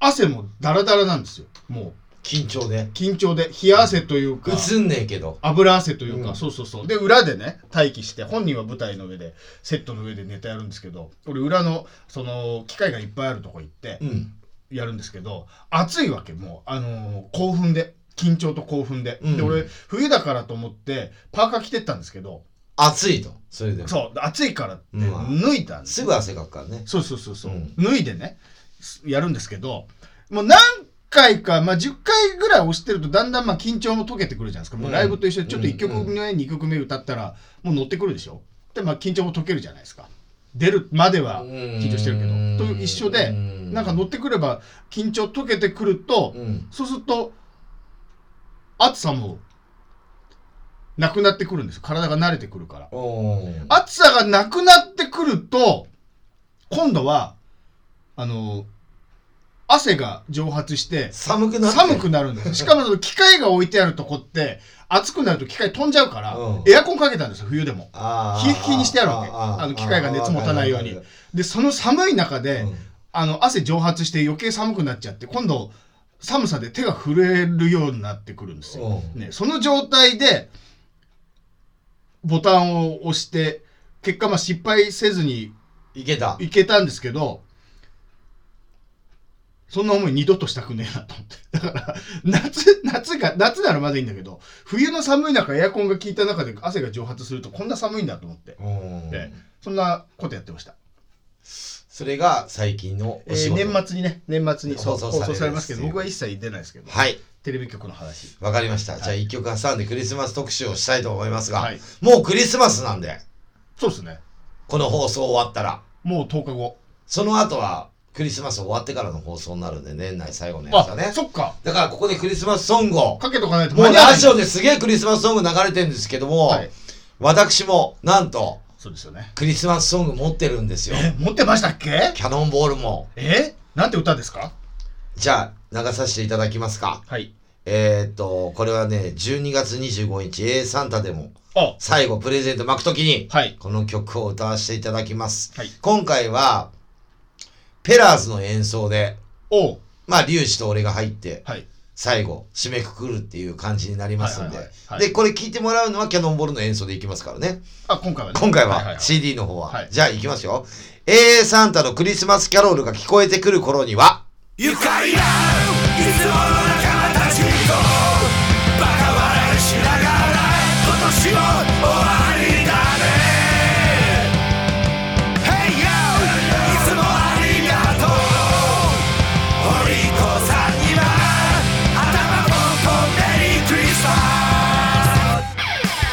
汗もダラダラなんですよも緊張でう緊張で冷や汗というかうつんねえけど油汗というか、うんそうそうそうで裏でね待機して本人は舞台の上でセットの上でネタやるんですけど俺裏のその機械がいっぱいあるとこ行ってうんやるんですけど暑いわけもう、あのー興奮で緊張と興奮で,、うんで俺冬だからと思ってパーカー着てったんですけど暑いとそれでもそう暑いからってうん脱いだんですすぐ汗かくからねそうそうそうそう、うん脱いでねすやるんですけどもう何回か、まあ、10回ぐらい押してるとだんだんまあ緊張も解けてくるじゃないですかもううんライブと一緒でちょっと1曲うん目、2曲目歌ったらもう乗ってくるでしょで、まあ、緊張も解けるじゃないですか出るまでは緊緊張してるけどと一緒でなんか乗ってくれば緊張解けてくるとうんそうすると暑さもなくなってくるんです体が慣れてくるから。おー暑さがなくなってくると今度はあの汗が蒸発して寒くなって寒くなるんですしかもその機械が置いてあるとこって暑くなると機械飛んじゃうから、うんエアコンかけたんですよ冬でもあヒリヒリにしてあるわけああの機械が熱持たないようにわかでその寒い中るで、わかるあの汗蒸発して余計寒くなっちゃって今度寒さで手が震えるようになってくるんですようんね、その状態でボタンを押して結果まあ失敗せずにいけたいけたんですけどそんな思い二度としたくねえなと思ってだから夏夏が夏ならまだいいんだけど冬の寒い中エアコンが効いた中で汗が蒸発するとこんな寒いんだと思ってうんでそんなことやってました、それが最近のえお仕ー事、年末にね年末にそう放送さ放れる送されますけどっていう僕は一切出ないですけど、はいテレビ局の話わかりました、じゃあはい一曲挟んでクリスマス特集をしたいと思いますが、はいもうクリスマスなんでそうですねこの放送終わったらもう10日後その後はクリスマス終わってからの放送になるんで年内最後のやつだあねそっかだからここでクリスマスソングをかけとかないともうないラジオですげえクリスマスソング流れてるんですけども、はい私もなんとそうですよねクリスマスソング持ってるんですよ え持ってましたっけキャノンボールもえなんて歌ですかじゃあ流させていただきますかはいえー、っとこれはね12月25日 A サンタでもあ最後プレゼント巻くときにはいこの曲を歌わせていただきます、はい今回はペラーズの演奏でおうまあリュウジと俺が入ってはい最後締めくくるっていう感じになりますんで、はいはいはいはいでこれ聞いてもらうのはキャノンボールの演奏でいきますからねあ今回はね今回いいは CD の方は、はいじゃあいきますよ AA サンタのクリスマスキャロールが聞こえてくる頃には愉快ないつもの仲間たちとバカ笑いしながら今年も終わりだね Hey yo いつもありがとう堀子さんには頭もこんでにクリスマス「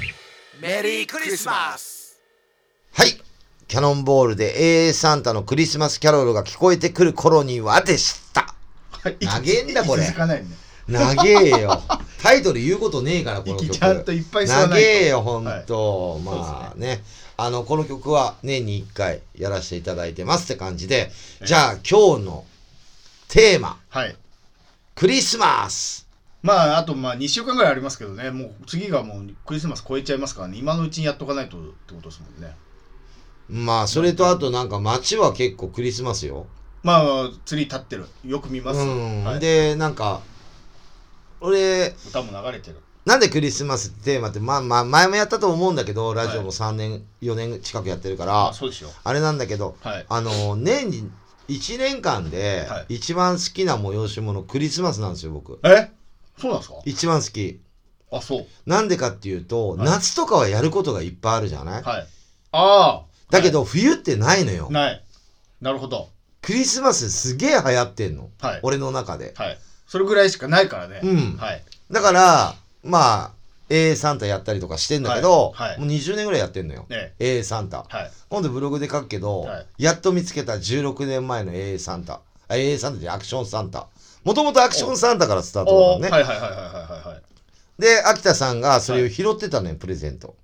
リスマスはい。キャノンボールで AA サンタのクリスマスキャロルが聞こえてくる頃にはでした。はい長えんだこれ息つかないね長え よ。タイトル言うことねえから、この曲。息ちゃんといっぱい吸わないと長えよ、ほんと。はいまあねあの、この曲は年に1回やらせていただいてますって感じで、えじゃあ今日のテーマ、はいクリスマス。まああとまあ2週間ぐらいありますけどねもう次がもうクリスマス超えちゃいますからね今のうちにやっとかないとってことですもんねまあ、それとあとなんか街は結構クリスマスよ。まあツリー立ってるよく見ます、うん。はい、で、なんか、俺、歌も流れてるなんでクリスマスってテーマって、まあまあ、前もやったと思うんだけど、ラジオはもい3年、4年近くやってるから、あそうですよあれなんだけど、はいあの、年に、1年間では、一番好きな催し物、クリスマスなんですよ、僕。えそうなんですか一番好き。あそうなんでかっていうと、はい夏とかはやることがいっぱいあるじゃない、はいああだけど、冬ってないのよ。ないなるほどクリスマスすげえ流行ってんの。はい俺の中で。はいそれぐらいしかないからねうんはいだから、まあ、A サンタやったりとかしてんだけど、はいはいもう20年ぐらいやってんのよ。ね A サンタ。はい今度ブログで書くけど、はいやっと見つけた16年前の AA サンタ。あ AA サンタじゃアクションサンタ。もともとアクションサンタからスタートだおかーらはね。いはいはいはいはいはいで、秋田さんがそれを拾ってたのよ、プレゼント。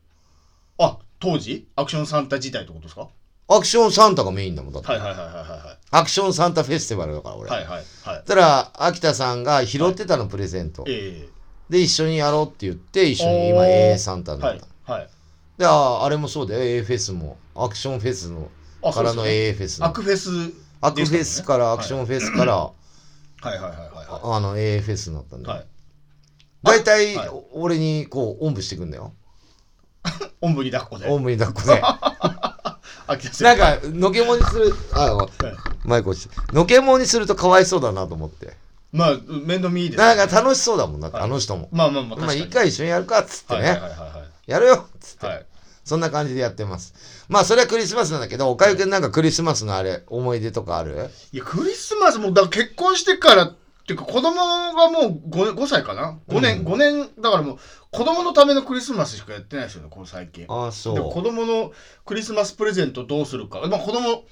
あ当時アクションサンタ自体ってことですかアクションサンタがメインだもん、だって。はいはいはいはいはアクションサンタフェスティバルだから、俺。いはいはいはいはいそしたら、秋田さんが拾ってたの、プレゼント。えで、一緒にやろうって言って、一緒に今おー AA サンタえになはっいた。はいで、ああれもそうだよ、AA フェスも。アクションフェスのあからのそうですね AA フェスの。アクフェスアクフェスから、アクションンフェスから、はいはいはいはいはあの AA フェスになったんいだよは。い大体、はいお俺にこうおんぶしてくんだよおんぶに抱っこでおんぶに抱 っこで秋な田んかかのけもんにするあマイク落ちてのけもんにするとかわいそうだなと思ってまあ面倒見いいですねなんか楽しそうだもんなって、はいあの人も、まあまあまあまあ確か一に回一緒にやるかっつってね、はいはいはいはやるよっつって、いはいそんな感じでやってますまあそれはクリスマスなんだけどおかゆくんなんかクリスマスのあれ思い出とかあるいや、クリスマスも、だから結婚してから、っていうか子供がもう 5, 5歳かな5う年、ん五年、だからもう子供のためのクリスマスしかやってないですよね、この最近。ああで子そ供のクリスマスプレゼントどうするか。まあ子供、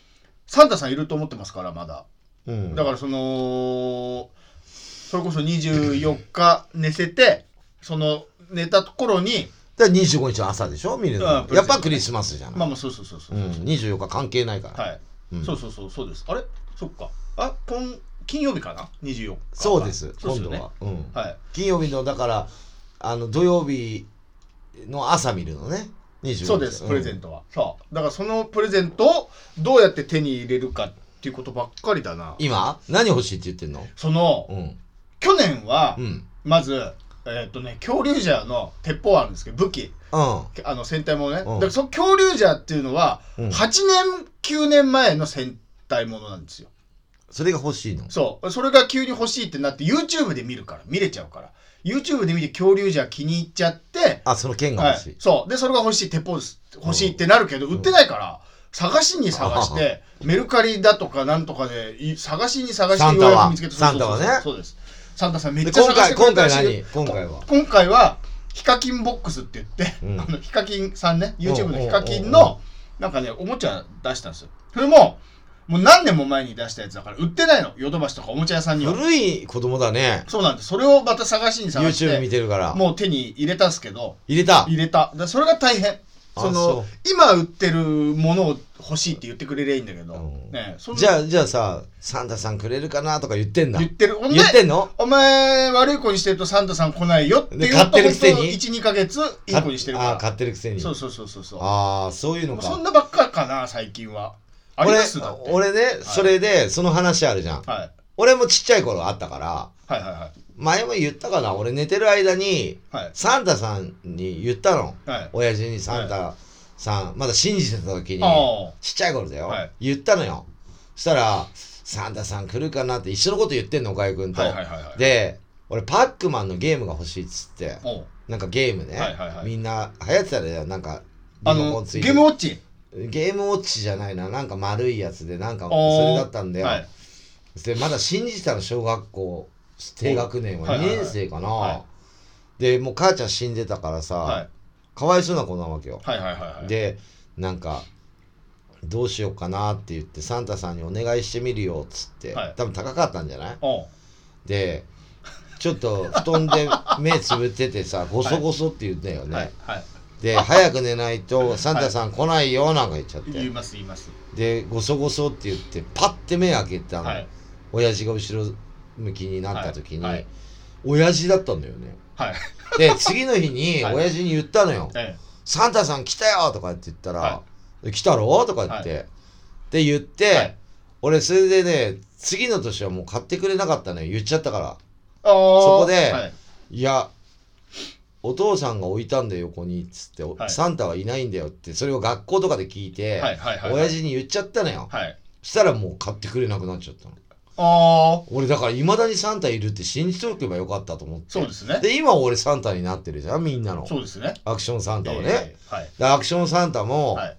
サンタさんいると思ってますから、まだ。う、うん、だからその、それこそ24日寝せて、その寝たところに、だから25日の朝でしょ見るのああプレゼやンっトねぱクリスマスじゃない、まあまあそうそうそうそうう。ん、24日関係ないから、はい、うんそうそうそう、そうです。あれそっか。あ、今、金曜日かな ?24 日は。そうですそ今うすよ度ねは、うん、はい。金曜日のだからあの土曜日の朝見るのね25日そうです、プレゼント、トは。そう。だからそのプレゼントをどうやって手に入れるかっていうことばっかりだな。今何欲しいって言ってんのその、うん去年はう、んまず、えーっとね、恐竜ジャーの鉄砲あるんですけど、武器、うんあの戦隊ものね。だうんからその恐竜ジャーっていうのは、うん8年、9年前の戦隊ものなんですよ。それが欲しいのそう。それが急に欲しいってなって、YouTube で見るから、見れちゃうから。YouTube で見て恐竜ジャー気に入っちゃって、あその剣がは欲しい、い、そうでそれが欲しい鉄砲です欲しいってなるけど、売ってないから探しに探してメルカリだとかなんとかでい探しに探してサンタはようやく見つけてサンタはねそうそうそうそうですサンタさんめっでちゃ今探回してくれ今たら回しい何よ今回は今回はヒカキンボックスって言って、うんあのヒカキンさんね YouTube のヒカキうンんうんうんのなんかねおもちゃ出したんですよそれももう何年も前に出したやつだから売ってないのヨドバシとかおもちゃ屋さんには古い子供だねそうなんですそれをまた探しに探して YouTube 見てるからもう手に入れたんですけど入れた入れただそれが大変あそのそう今売ってるものを欲しいって言ってくれりゃいいんだけど、うんねえそんなじゃあじゃあさサンタさんくれるかなとか言ってんだ言ってるほんで言ってんのお前悪い子にしてるとサンタさん来ないよっていうで買ってるくせに12ヶ月いい子にしてるあか買ってるくせらにそうそうそうそうそうああそういうのもうかそんなばっかかな最近はありますだって俺俺ね、それでその話あるじゃんはい、俺もちっちゃい頃あったからはいはいは前も言ったかな俺寝てる間にいはいサンタさんに言ったのはい親父にサンタさん、まだ信じてた時にああちっちゃい頃だよ、はい言ったのよそしたら「サンタさん来るかな」って一緒のこと言ってんのおかゆくんと、はいはいはいはいで俺パックマンのゲームが欲しいっつっておうなんかゲームね、はいはいはいみんな流行ってたらよなんかあリモコのンつゲいてームウォッチゲームウォッチじゃないななんか丸いやつでなんかおーそれだったんだよ、はいでまだ信じたの小学校低学年ははい2年生かな、はいはでもう母ちゃん死んでたからさ、はいかわいそうな子なわけよ。はいはいはいはい。でなんかどうしようかなって言ってサンタさんにお願いしてみるよっつって、はい多分高かったんじゃないおうでちょっと布団で目つぶっててさごそごそって言うんだよね、はいはい。で早く寝ないとサンタさん来ないよなんか言っちゃって、言います言います。でごそごそって言ってパッて目開けたの、はい親父が後ろ向きになった時に、はいはい親父だったんだよねはい。で次の日に はい親父に言ったのよ、えサンタさん来たよとかって言ったら、は来たろとか言って、で言って、えはい。俺それでね次の年はもう買ってくれなかったのよ言っちゃったからあーそこではいいやお父さんが置いたんだよ横にっつって、おはいサンタはいないんだよってそれを学校とかで聞いて、はいはいはい。親。父に言っちゃったのよ、はい。そしたらもう買ってくれなくなっちゃったのああ、俺だからいまだにサンタいるって信じとけばよかったと思ってそうですね。で今俺サンタになってるじゃんみんなのそうですね。アクションサンタをね、ええ。はい。でアクションサンタも、はい。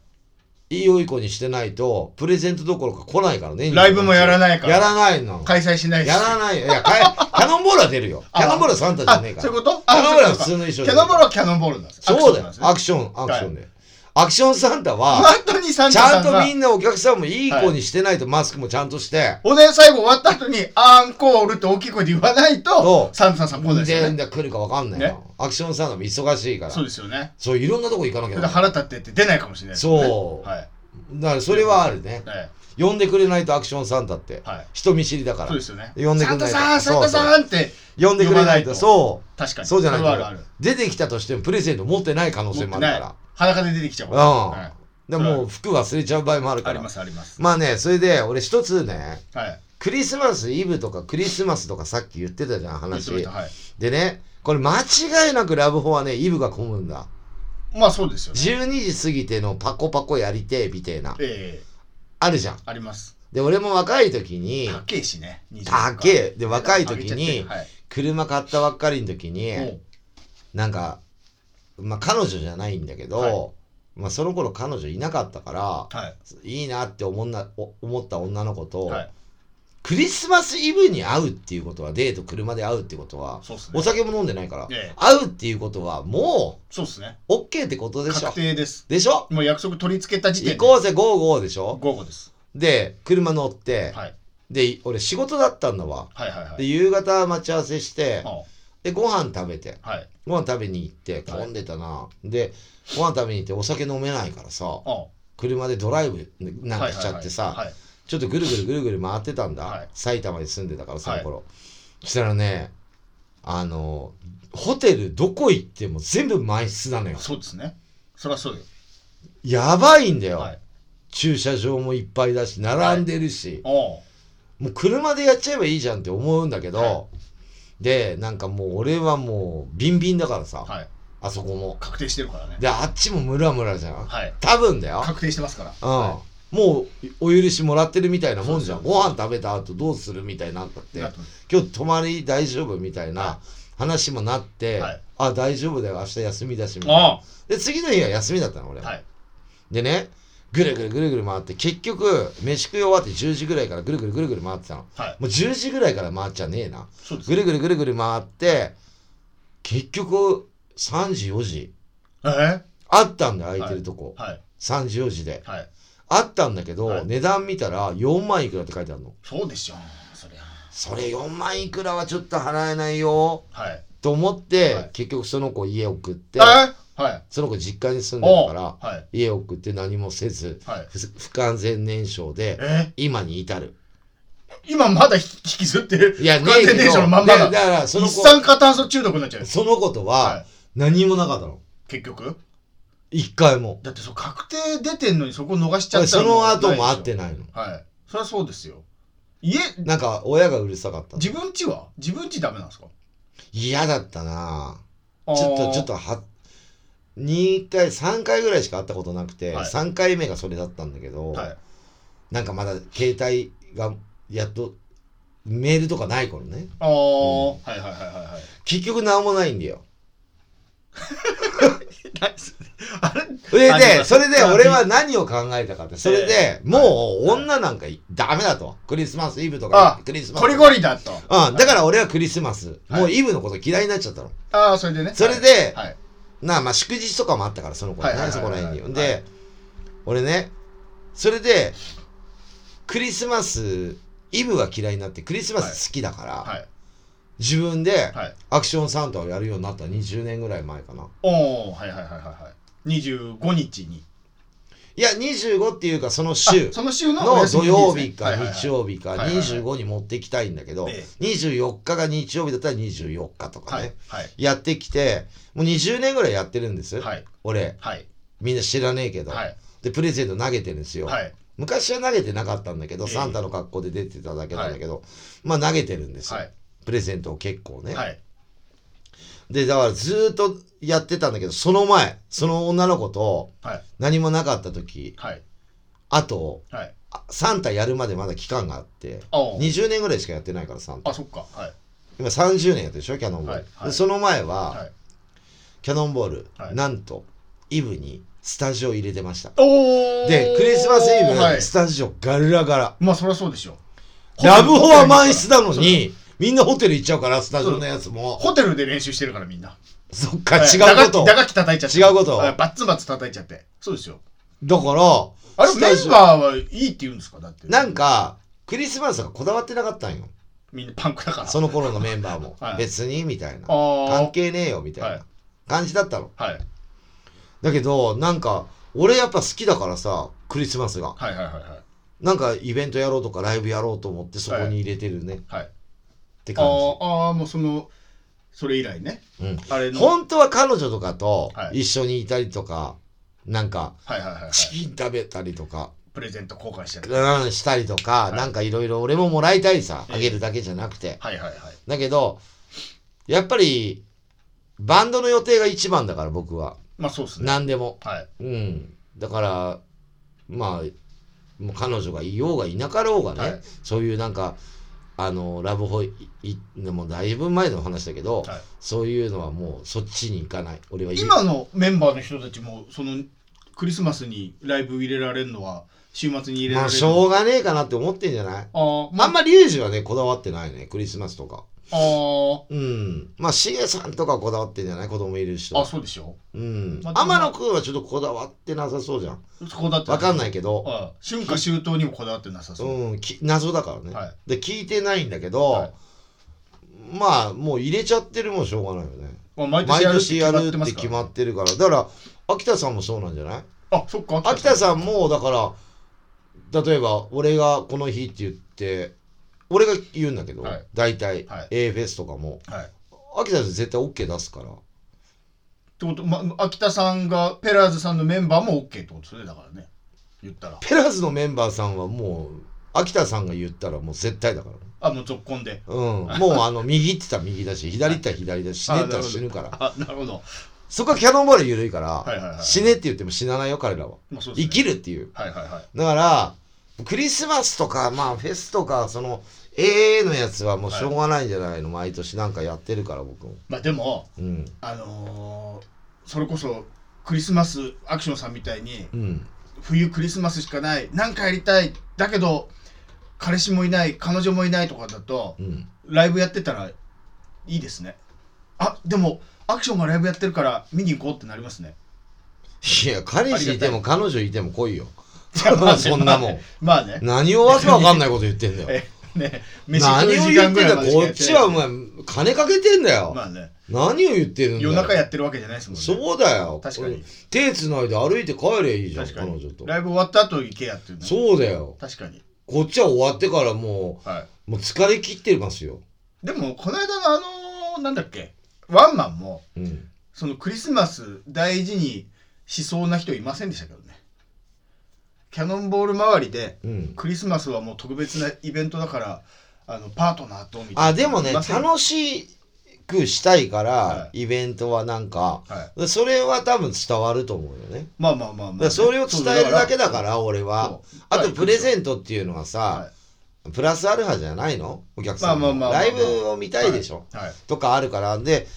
いい良い子にしてないと、プレゼントどころか来ないからね。ライブもやらないからやらないの。開催しないし。やらない。いや、かえキャノンボールは出るよ。あキャノンボールはサンタじゃあ、ねえかそうら。いキうことャノンボールはあ普そ通のうか衣装キャノンボールはキャノンボールなんです。そうだよ。アアククシション、アクションで。アクションサンタョンは、なんですね。本当にサンちタさゃんんが。とみんなお客さんもいい子にしてないとマスクもちゃんとして。おね最後終わった後に、アンコールって大きい声で言わないそと、うサンタさん来ないですよ全ね。然来るかわかんないねよ。アクションサンタも忙しいからそ。うですよね。そう、いろんなとこ行かなきだゃからだか腹立ってって出ないかもしれないですよね。そうはい。らそれはあるね。はい。呼んでくれないとアクションサンタってはい。人見知りだからそう。ですよね。呼んでくれないとサンタさん、サンタさんって、呼んでくれない呼ばないと。とそう。確かに。そうじゃないれとはあるある。出てきたとしてもプレゼント持ってない可能性もある持ってか。ない裸で出てきちゃうからうん。はいでもう服忘れちゃう場合もあるあかりら。ますあります。まあね、それで俺一つね、はい。クリスマスイブとかクリスマスとかさっき言ってたじゃん、話。言ってましたはい。でね、これ間違いなくラブホはね、イブが混むんだ。まあそうですよね。 12時過ぎてのパコパコやりてえみてえな。ええあるじゃん。あります。で、俺も若い時に、高えしね。20高え。で、若い時上げちゃにって、はい車買ったばっかりの時に、もうなんか、まあ彼女じゃないんだけど、はまあその頃彼女いなかったから、はいいいなって思んなお思った女の子と、はい。クリスマスイブに会うっていうことはデート車で会うっていうことは、そうっすね。お酒も飲んでないから、ええ会うっていうことはもそうっすね。う OK ってことでしょ確定です。でしょもう約束取り付けた時行点で。こうぜゴーゴーでしょ午後です。で車乗って、はい。で俺仕事だったんだわはいはいはでい。夕方待ち合わせしてあでご飯食べてあはい。ご飯食べに行って混んでたな、でご飯食べに行ってお酒飲めないからさあ車でドライブなんはかいしちゃってさ、はいはいちょっとぐるぐるぐるぐる回ってたんだ、はい埼玉に住んでたからその頃、そしたらねあのホテルどこ行っても全部満室なのよそうですね。そりゃそうよ。やばいんだよ、はい。駐車場もいっぱいだし並んでるし、おうもう車でやっちゃえばいいじゃんって思うんだけど、はでなんかもう俺はもうビンビンだからさ、はい。あそこも確定してるからね。であっちもムラムラじゃん、はい。多分だよ確定してますから。うん、はもうお許しもらってるみたいなもんじゃんそうご飯食べた後どうするみたいになったっいてなと思今日泊まり大丈夫みたいなは話もなって、はいあ大丈夫だよ明日休みだしみうたいなあで次の日は休みだったの俺あは、はい。でねぐるぐるぐるぐる回って結局飯食い終わって10時ぐらいからぐるぐるぐるぐる回ってたのもはいう10時ぐらいから回っちゃねえなそうですぐ。るぐるぐるぐる回って結局3時4時えーあったんだよ空いてるとこ、はい。 3時4時ではい。あったんだけど、はい値段見たら4万いくらって書いてあるのそうでしょ。そりゃ。それ4万いくらはちょっと払えないよはい。と思って、はい結局その子家送ってえーはい。その子実家に住んでおるうからはい。家送って何もせずはい。ふ不完全燃焼でえ今に至る今まだ引き引きずってる。いやね不完全燃焼のまんまだだだからその一子酸化炭素中毒になっちゃうよ。その子とは。はい何もなかったの結局一回もだってそう確定出てんのにそこ逃しちゃったそらのう後もな会いっでてしないのょはい。そりゃそうですよ。家、なんか親がうるさかった自分家は自分家ダメなんですか嫌だったなちょっとちょっとと。は2回3回ぐらいしか会ったことなくて、はい三3回目がそれだったんだけど、はい。なんかまだ携帯がやっとメールとかない頃ねああ、はいはいはいはいはい。結局何もないんだ よあれそれありでますそれで俺は何を考えたかってそれでえーもう女なんかダメだとクリスマスイブとかあクリスマスこりごりだと。うん、だから俺はクリスマス、はいもうイブのこと嫌いになっちゃったのああ、それでね。それではい。なまあ祝日とかもあったからその頃ね、はいはいはいそこら辺に、はいで、俺ねそれでクリスマスイブが嫌いになってクリスマス好きだから、はい自分ではいアクションサンタをやるようになった20年ぐらい前かなおおはいはいはいはいはい25日にいや25っていうかその週あその週のおの休土みの曜日で日すねはかいはいはい日曜日かはいはいはい25に持ってきたいんだけどえ24日が日曜日だったら24日とかはいねはいやってきてもう20年ぐらいやってるんですはい俺はいみんな知らねえけどはいでプレゼント投げてるんですよはい昔は投げてなかったんだけどええサンタの格好で出てただけなんだけどまあ投げてるんですよはいプレゼントを結構ねはいでだからずーっとやってたんだけどその前その女の子とはい何もなかった時はいあとはいあサンタやるまでまだ期間があっておー20年ぐらいしかやってないからサンタあそっかはい今30年やってるでしょキャノンボール、はいはいでその前は、はいキャノンボール、はいなんとイブにスタジオ入れてましたおおでクリスマスイブ、はいスタジオガラガラまあそりゃそうでしょラブホは満ホ室なのにみんなホテル行っちゃうからスタジオのやつもホテルで練習してるからみんなそっかはい違うことを打だか楽器打楽器叩いちゃって違うことをはいバッツンバッツン叩いちゃってそうですよらあれスメンタジオバーはいいって言うんですかだってなんかクリスマスがこだわってなかったんよみんなパンクだからその頃のメンバーも、はい別にみたいなあ関係ねえよみたいはいな感じだったのあはいだけどなんか俺やっぱ好きだからさクリスマスがはいはいはいはいなんかイベントやろうとかライブやろうと思ってそこに入れてるね、っはいて感あーあーもうそのそれ以来ねじ、うん、あれの本当は彼女とかとはい一緒にいたりとか、なんかはいはいはい、はい、チキン食べたりとか、プレゼント交換してるうん、したりとか、はいなんかいろいろ俺ももらいたいさええあげるだけじゃなくて、はいはいはいだけどやっぱりバンドの予定が一番だから僕はまあそうっすね何でもはいうんだからまあもう彼女がいようがいなかろうがね、はいそういうなんかあのラブホいいでもだいぶ前の話だけど、はいそういうのはもうそっちに行かない俺は今のメンバーの人たちもそのクリスマスにライブ入れられるのは週末に入れらまあれるしょうがねえかなって思ってんじゃないあー、まああんまりリュウジはねこだわってないねクリスマスとかあーうんまあシゲさんとかはこだわってんじゃない子供いる人あそうでしょうんまあ天野くんはちょっとこだわってなさそうじゃんそこだってわかんいないけどあー春夏秋冬にもこだわってなさそう、うんき謎だからね、はいで聞いてないんだけど、はいまあもう入れちゃってるもんしょうがないよねまあ、毎毎年年ややるるっってて決まってます決まってるからからだから秋田さんもそうなんじゃないあそっか秋田さんもだから例えば俺がこの日って言って俺が言うんだけど、はい大体はい A フェスとかもはいっ秋田さん絶対 OK 出すからてこと、ま、秋田さんがペラーズさんのメンバーも OK ってことですねだからね言ったらペラーズのメンバーさんはもう秋田さんが言ったらもう絶対だからあもう続婚でうん、もうあの右って言ったら右だし左って言ったら左だし死ねって言ったら死ぬからあなるほど、そこはキャノンボール緩いから、いはいはい死ねって言っても死なないよ彼らは、まあ、そうで生すねきるっていうはいはいはいだからクリスマスとかまあフェスとかその AA のやつはもうしょうがないんじゃないの、毎年なんかやってるから僕もまあでもうんあのーそれこそクリスマスアクションさんみたいにうん冬クリスマスしかないなんかやりたいだけど彼氏もいない彼女もいないとかだとうんライブやってたらいいですねあでもアクションがライブやってるから見に行こうってなります ねいや彼氏いても彼女いても来いよいやまあねそんなもん まあね何をわけわかんないこと言ってんだよえね飯食何をう時言間っぐてんらだいよまでしかこってちはやないお前金かけてんだよ、まあね何を言ってるんだよ夜中やってるわけじゃないですもんねそうだよ確かに手つないで歩いて帰りゃいいじゃん確か彼女にとライブ終わった後行けやっていうねそうだよ確かにこっちは終わってからもはうもう疲れ切ってますよ、いでもこの間のあのーなんだっけワンマンもうん、そのクリスマス大事にしそうな人いませんでしたけどねキャノンボール周りでうんクリスマスはもう特別なイベントだからあのパートナーとみたいなあでもねいませんは楽しくしたいから、はイベントはなんかい、それは多分伝わると思うよねまあまあまあだまかあらそれを伝えるだけだから俺はそうあとプレゼンントっていうのはさ、はプラスアルファじゃないのお客さんまあもまあまあまあライブを見たいでしょ、い、はいとかあるからで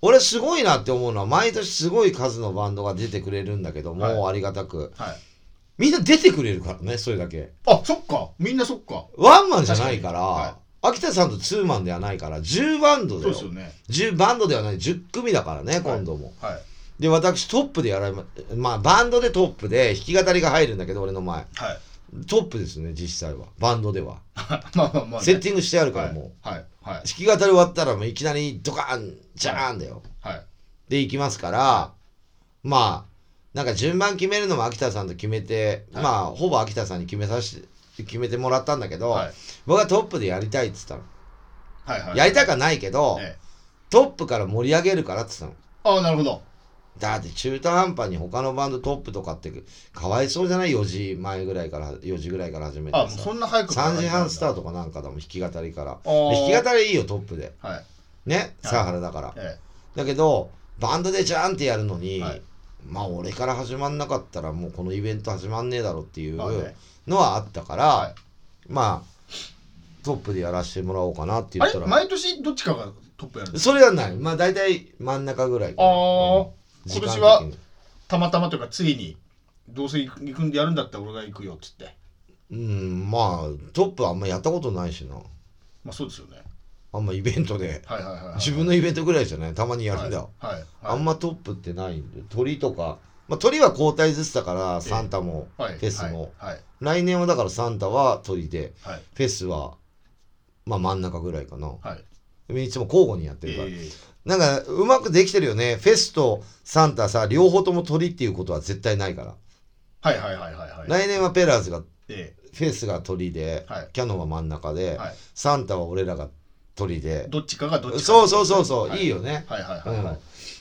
俺すごいなって思うのは毎年すごい数のバンドが出てくれるんだけども、ありがたくはい、みんな出てくれるからねそれだけあそっかみんなそっかワンマンじゃないから確かには秋田さんとツーマンではないから10バンドそうだよですよね10バンドではない10組だからね今度も、はいで私トップでやられままあバンドでトップで弾き語りが入るんだけど俺の前はい。 トップですね実際はバンドではまあまあまあね。セッティングしてあるからもう、はい。は弾い。き語り終わったらもういきなりドカーンジャーンだよはい。で行きますからまあなんか順番決めるのも秋田さんと決めて、はいまあほぼ秋田さんに決めさせて決めてもらったんだけど、はい。僕はトップでやりたいっつったの、はい。はい。やりたくはないけど、ええトップから盛り上げるからっつったのああ、なるほど。だって中途半端に他のバンドトップとかってかわいそうじゃない4時前ぐらいから4時ぐらいから始めてあもうさそんな早く3時半スタート。トかなんかだもん弾き語りからあでー弾き語りいいよトップではい。ねサーハラだからえだけどバンドでジャーンってやるのに、はいまあ俺から始まんなかったらもうこのイベント始まんねえだろっていえ。うまあねのはあったから、はまあトップでやらしてもらおうかなって言あっれたら毎年どっちかがトップやるんですそれはないまあ大体真ん中ぐらいああ、時間今年は的にたまたまというか、ついに、どうせ行く行くんでやるんだったら俺が行くよっつって。うんまあトップはあんまやったことないしなまあそうですよね。あんまイベントではいはいはいはい。自分のイベントぐらいじゃないたまにやるんだよ、はい。はい。あんまトップってないんで鳥とか、まあ、鳥は交代ずつだからサンタも、はい。フェスも、はい。来年はだからサンタは鳥ではい。フェスはまあ真ん中ぐらいかなはい。いつも交互にやってえるから、えなんかうまくできてるよねフェスとサンタさ両方とも鳥っていうことは絶対ないから、はいはいはいはいはい。来年はペラーズがえフェスが鳥で、はいキャノンは真ん中えで、はい。サンタは俺らが鳥でどっちかがどっちか。そうそうそうそう、はいい、いよね、はいはいはいはういん。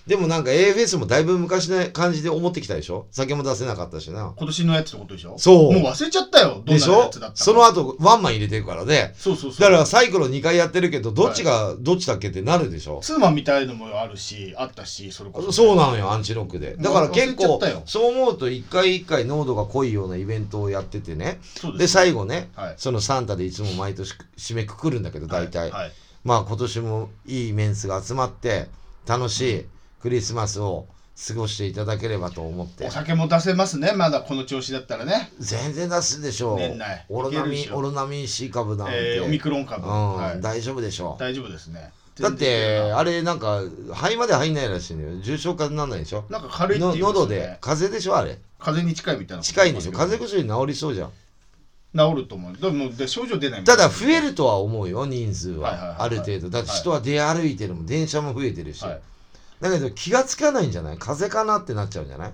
でもなんか A フェスもだいぶ昔の感じで思ってきたでしょ酒も出せなかったしな今年のやつってことでしょそうもう忘れちゃったよ。どんでなしやょつだったかその後ワンマン入れてるからねそうそうそう。だからサイクロン2回やってるけどどっちがどっちだっけってなるでしょ、ツーマンみたいのもあるし、あったし、それこそ。そううなのよアンチロックでだから結もう構忘れちゃったよそう思うと一回一回濃度が濃いようなイベントをやっててねそう。です最後ねはい。そのサンタでいつも毎年締めくくるんだけど大体、はい。まあ今年もいいメンツが集まって楽しいクリスマスを過ごしていただければと思ってお酒も出せますね、まだこの調子だったらね。全然出すでしょう年内オロナミいけるでしンょオロナミン C 株なんて、えー、オミクロンうん株。はい、大丈夫でしょう大丈夫ですね。だっ全然てあれなんか肺まで入んないらしいのよ重症化にならないでしょなんか軽いっての言いますよ喉ねで風邪でしょあれ風邪に近いみたいな。近いんでしょ風邪薬治りそうじゃん治ると思う。でもで症状出ないみたいなだ増えるとは思うよ人数は,、はいはいはいはいある程度だって人は出歩いてるもん電車も増えてるし、はい。だけど気がつかないんじゃない風邪かなってなっちゃうんじゃない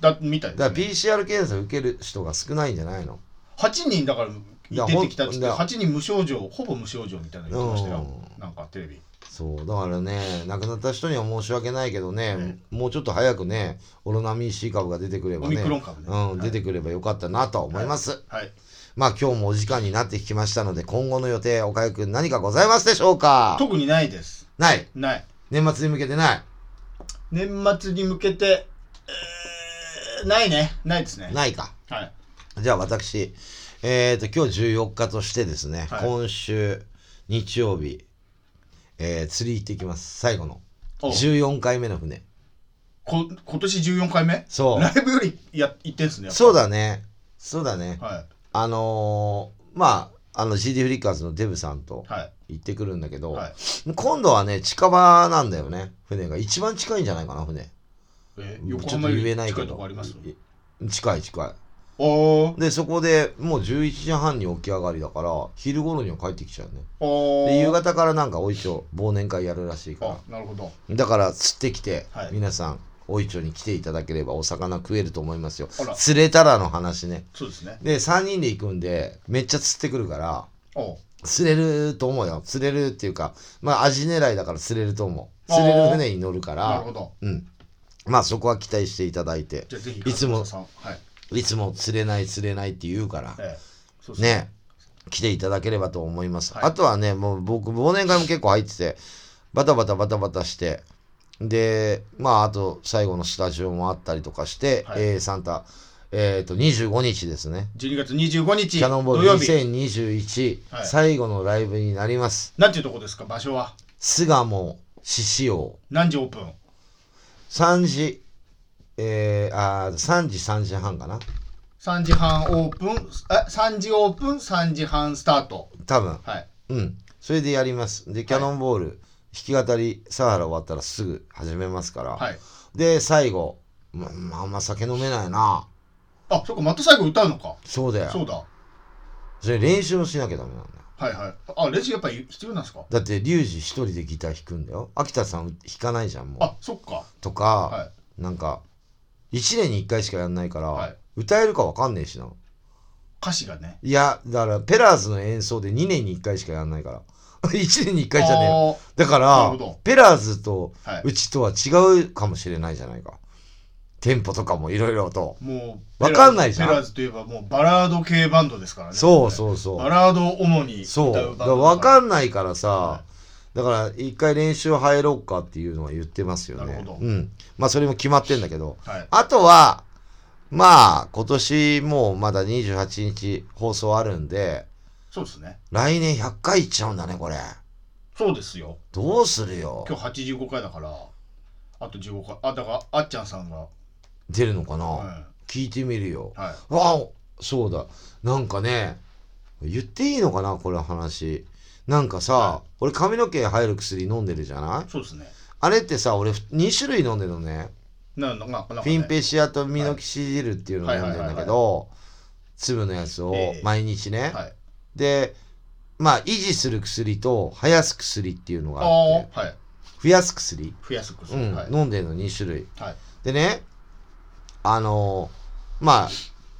だみたいです、ね。だから PCR 検査受ける人が少ないんじゃないの8人だからら出てきたっつってほん8人無症状ほぼ無症状みたいなの言ってましたようんなんかテレビそうだからね亡くなった人には申し訳ないけどね、うんもうちょっと早くねオロナミン C 株が出てくればオミねクロン株ねうんはい出てくればよかったなとは思います、はいまあ今日もお時間になってきましたので、今後の予定、岡井くん何かございますでしょうか特にないですない。ない年末に向けてない。年末に向けて、えーないねないですねないか。はいじゃあ私、えっ、と、今日14日としてですね、はい今週日曜日、えー釣り行ってきます。最後の。お14回目の船。こ今年14回目そライブよりや行ってんすねう。そうだだね。そうだね。はあのーまあ、あの GD フリッカーズのデブさんといはい行ってくるんだけど、はい今度はね、近場なんだよね、船が。一番近いんじゃないかな、船。えーちょっ横と浜よ言えりない近けいとこどありますい近い近あーいでそこでもう11時半に起き上がりだから昼頃には帰ってきちゃうねあーで夕方からなんかおいちょ忘年会やるらしいあかなるほどらだから釣ってきて、はい皆さんおいちょに来ていただければお魚食えると思いますよあら釣れたらの話ねそうですねで3人で行くんでめっちゃ釣ってくるからおう釣れると思うよ釣れるっていうかまあ味狙いだから釣れると思う釣れる船に乗るかなるらほどうんまあそこは期待していただいてじゃあぜひいつも勝俣さんはいいつも釣れない釣れないって言うからえーそうですね、来ていただければと思います。はいあとはね、もう僕、忘年会も結構入ってて、バタバタバタバタして、で、まあ、あと最後のスタジオもあったりとかして、はいえーサンタ、えっ、と、25日ですね。 12月25日キャノンボー土ル曜日2021、はい最後のライブになります。なんていうとこですか場所は巣鴨、獅子王、何時オープン3時、えー、あー3時、3時半かな。 3時半オープンえ3時オープン3時半スタート多分。はいうん。それでやります。で、キャノンボール、弾き語りサハラ終わったらすぐ始めますから、はい。で最後、ま、まあんま酒飲めないなあ、そっか、また最後歌うのか。そうだよそうだ。はそれ練習もしなきゃダメなんだよいはい。あ、練習やっぱり必要なんですかだってリュウジ一人でギター弾くんだよ秋田さん弾かないじゃんもあ、そっか。うとか、はなんか1年に1回しかやんないから、はい歌えるかわかんねえしな歌詞がね。いやだからペラーズの演奏で2年に1回しかやんないから1 年に1回じゃねえよあだかならるほどペラーズと。ーはいうちとは違うかもしれないじゃないかテンポとかもいろいろと、もう、わかんないじゃんペラーズといえばもうバラード系バンドですからね。そうそうそうバラードを主に歌そううバンだドから分かんんないからさ、はだから一回練習入ろうかっていうのは言ってますよねなるほどうん、まあそれも決まってんだけどはい。あとはまあ今年もうまだ28日放送あるんでそうですね。来年100回いっちゃうんだねこれそうですよ。どうするよ今日85回だから、あと15回。あ、だから、あっちゃんさんが。出るのかな、は聞いてみるよい。はい。わおそうだなんかね言っていいのかなこれ話なんかさ、は俺髪の毛入る薬飲んでるじゃないそうですね。あれってさ俺2種類飲んでるのねな、な、な、な、フィンペシアとミノキシジルっていうのを飲んでるんだけはいはいはいはど粒のやつをええ毎日ね、はい。でまあ維持する薬と生やす薬っていうのがああってあ、はい。増やす薬、増やすくすうる。んはい。飲んでるの2種類はい。でねあのーま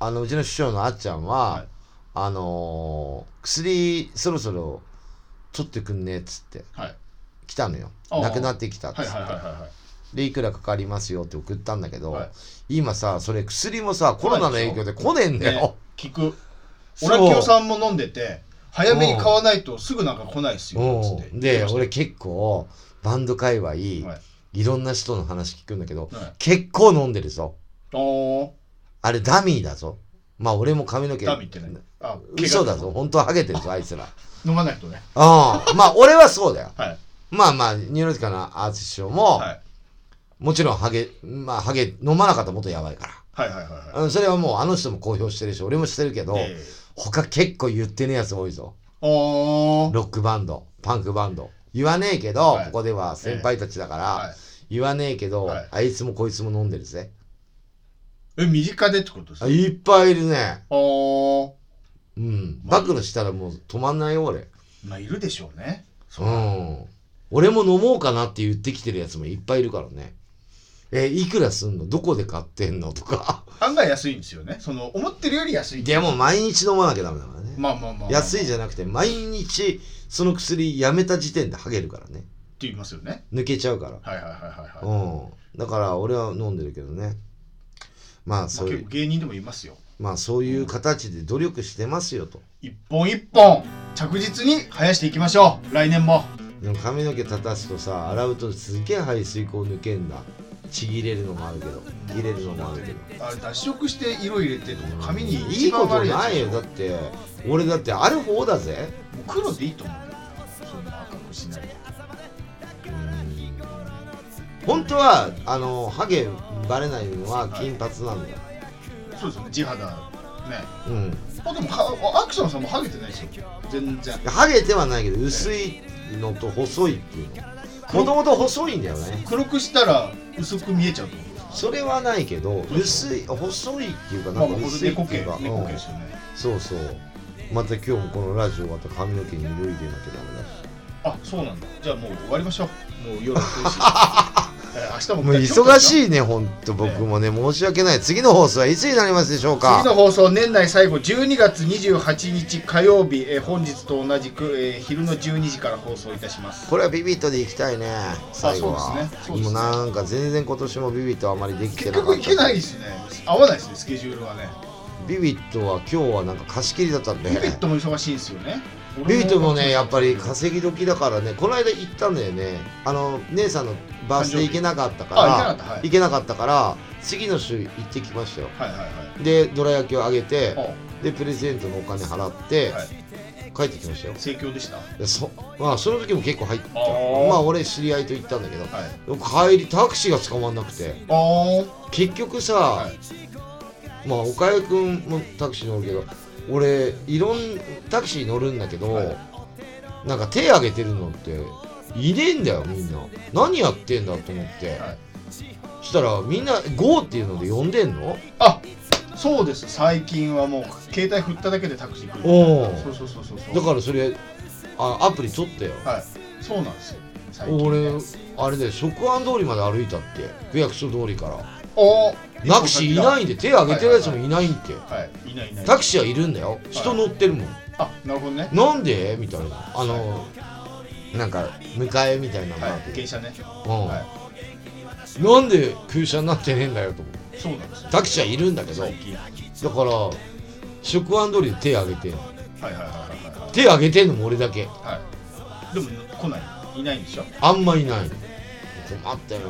ああのうちの師匠のあっちゃんは、はいあのー薬そろそろ取ってくんねっつってはい。来たのよあーなくなってきたっつはっいて、はいはいはいはい。でいくらかかりますよって送ったんだけど、はい今さそれ薬もさコロナの影響で来ねえんだよ、ね聞く。オそうラキオさんも飲んでて、早めに買わないとすぐなんか来ないっすよ。つっうてんで言ってま俺結構バンド界隈、いはい、ろんな人の話聞くんだけど、はい結構飲んでるぞした。おお。あれダミーだぞまあ俺も髪の毛ダミーってね。あ、嘘だぞ。本当はハゲてるぞあいつら飲まないとね。うんまあ俺はそうだよはい。まあまあニューロティカなアーティストも、はい。もちろんハゲまあハゲ飲まなかったらもっとやばいからはいはいはいはうんそれはもうあの人も公表してるし俺もしてるけど、い。ええ他結構言ってねえやつ多いぞおー。ロックバンドパンクバンド言わねえけど、はいここでは先輩たちだから、は言わねえけど、はいあいつもこいつも飲んでるぜい。え、身近でってことですあかいっぱいいるねおー。うんまあ暴露したらもう止まんないよ俺まあ、いるでしょうね。うそうん俺も飲もうかなって言ってきてるやつもいっぱいいるからねえいくらすんのどこで買ってんのと か案外安いんですよね。その、思ってるより安い。でも毎日飲まなきゃダメだからねまあまあまあまあ。安いじゃん。っゃなくて毎日その薬やめた時点でハゲるからねて言いますよね。抜けちゃうからはいはいはいはいはい。うんだから俺は飲んでるけどねまあまそあ、う結い構う芸人でもいますよ。まあそういう形で努力してますよと一本一本、着実に生やしていきましょう。来年も。でも髪の毛立たすとさ洗うとすげえ排水口抜けんだちぎれるのもあるけど入れるのもあるけどあれ脱色して色入れてとか髪にい一いこ番と悪いやつないよだって俺だってある方だぜもう黒でいいと思うよそんな赤くしないで本当はあのハゲバレないのは金髪なんだよそうですよね地肌ねうんあでもかアクションさんもハゲてないですよ全然ハゲてはないけど薄いのと細いっていうのもともと細いんだよね黒くしたら薄く見えちゃうと思うそれはないけどそう薄い細いっていうかまなあんか僕薄いって猫い系うか、猫系うんですよねそうそうまた今日もこのラジオ終わったら髪の毛に脱いでなきゃダメだしあそうなんだじゃあもう終わりましょうもう夜遅いし えー明日ももう忙いしいねほんと僕もね申し訳ない次の放送はいつになりますでしょう次かの放送年内最後12月28日火曜日、えー本日と同じく、えー昼の12時から放送いたしますこれはビビットでいきたいね最後はそうですねそうですねもうなんか全然今年もビビットあまりできて結なかった局行けないですね合わないですねスケジュールはねビビットは今日はなんか貸し切りだったんでビビットも忙しいんですよねビビットもねやっぱり稼ぎ時だからねこの間行ったんだよねあの姉さんのバースで行けなかったからあ行けなかったはい行けなかったから次の週行ってきましたよはいはいはいでどら焼きをあげてあでプレゼントのお金払って、はい帰ってきましたよ盛況でしたでそまあその時も結構入ったあーまあ俺知り合いと行ったんだけどはいでも帰りタクシーが捕まんなくてあー結局さ、はいまあ岡江君もタクシー乗るけど俺いろんタクシー乗るんだけど、はいなんか手挙げてるのっていねえんだよみんな何やってんだと思って、はいそしたらみんな「GO」っていうので呼んでんのあそうです最近はもう携帯振っただけでタクシー来るおおそうそうそうそうそうだからそれあアプリ取ったよはいそうなんですよ最近俺あれで食安通りまで歩いたって区役所通りからおタクシーいないんで手挙げてるやつもいないんってはいいないいないタクシーはいるんだよ人乗ってるもん、あなるほどねなんでみたいなあのなんか迎えみたいなのがあはいって芸者ねうんはなんで空車になってねえんだよと思っていそうなんですよタクシーはいるんだけど最近はいだから食安通りで手挙げてんのはいはいはいはい手挙げてんのも俺だけはいでも来ないいないんでしょあんまいないの困ったよ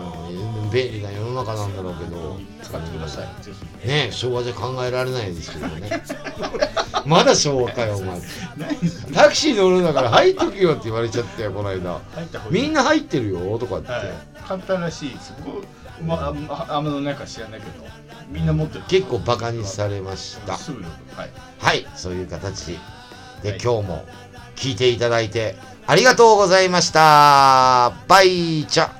便利な世の中なんだろうけど使ってくださいぜひねえ昭和じゃ考えられないですけどね まだ昭和かよお前ないですタクシー乗るんだから入っとけよって言われちゃったよこの間入った方がいいみんな入ってるよとかって、はい簡単らしいそこまああんまああんまの中知らないけどみんな持ってる結構バカにされましたすぐよはいはいそういう形で、はい今日も聞いていただいてありがとうございましたバイチャ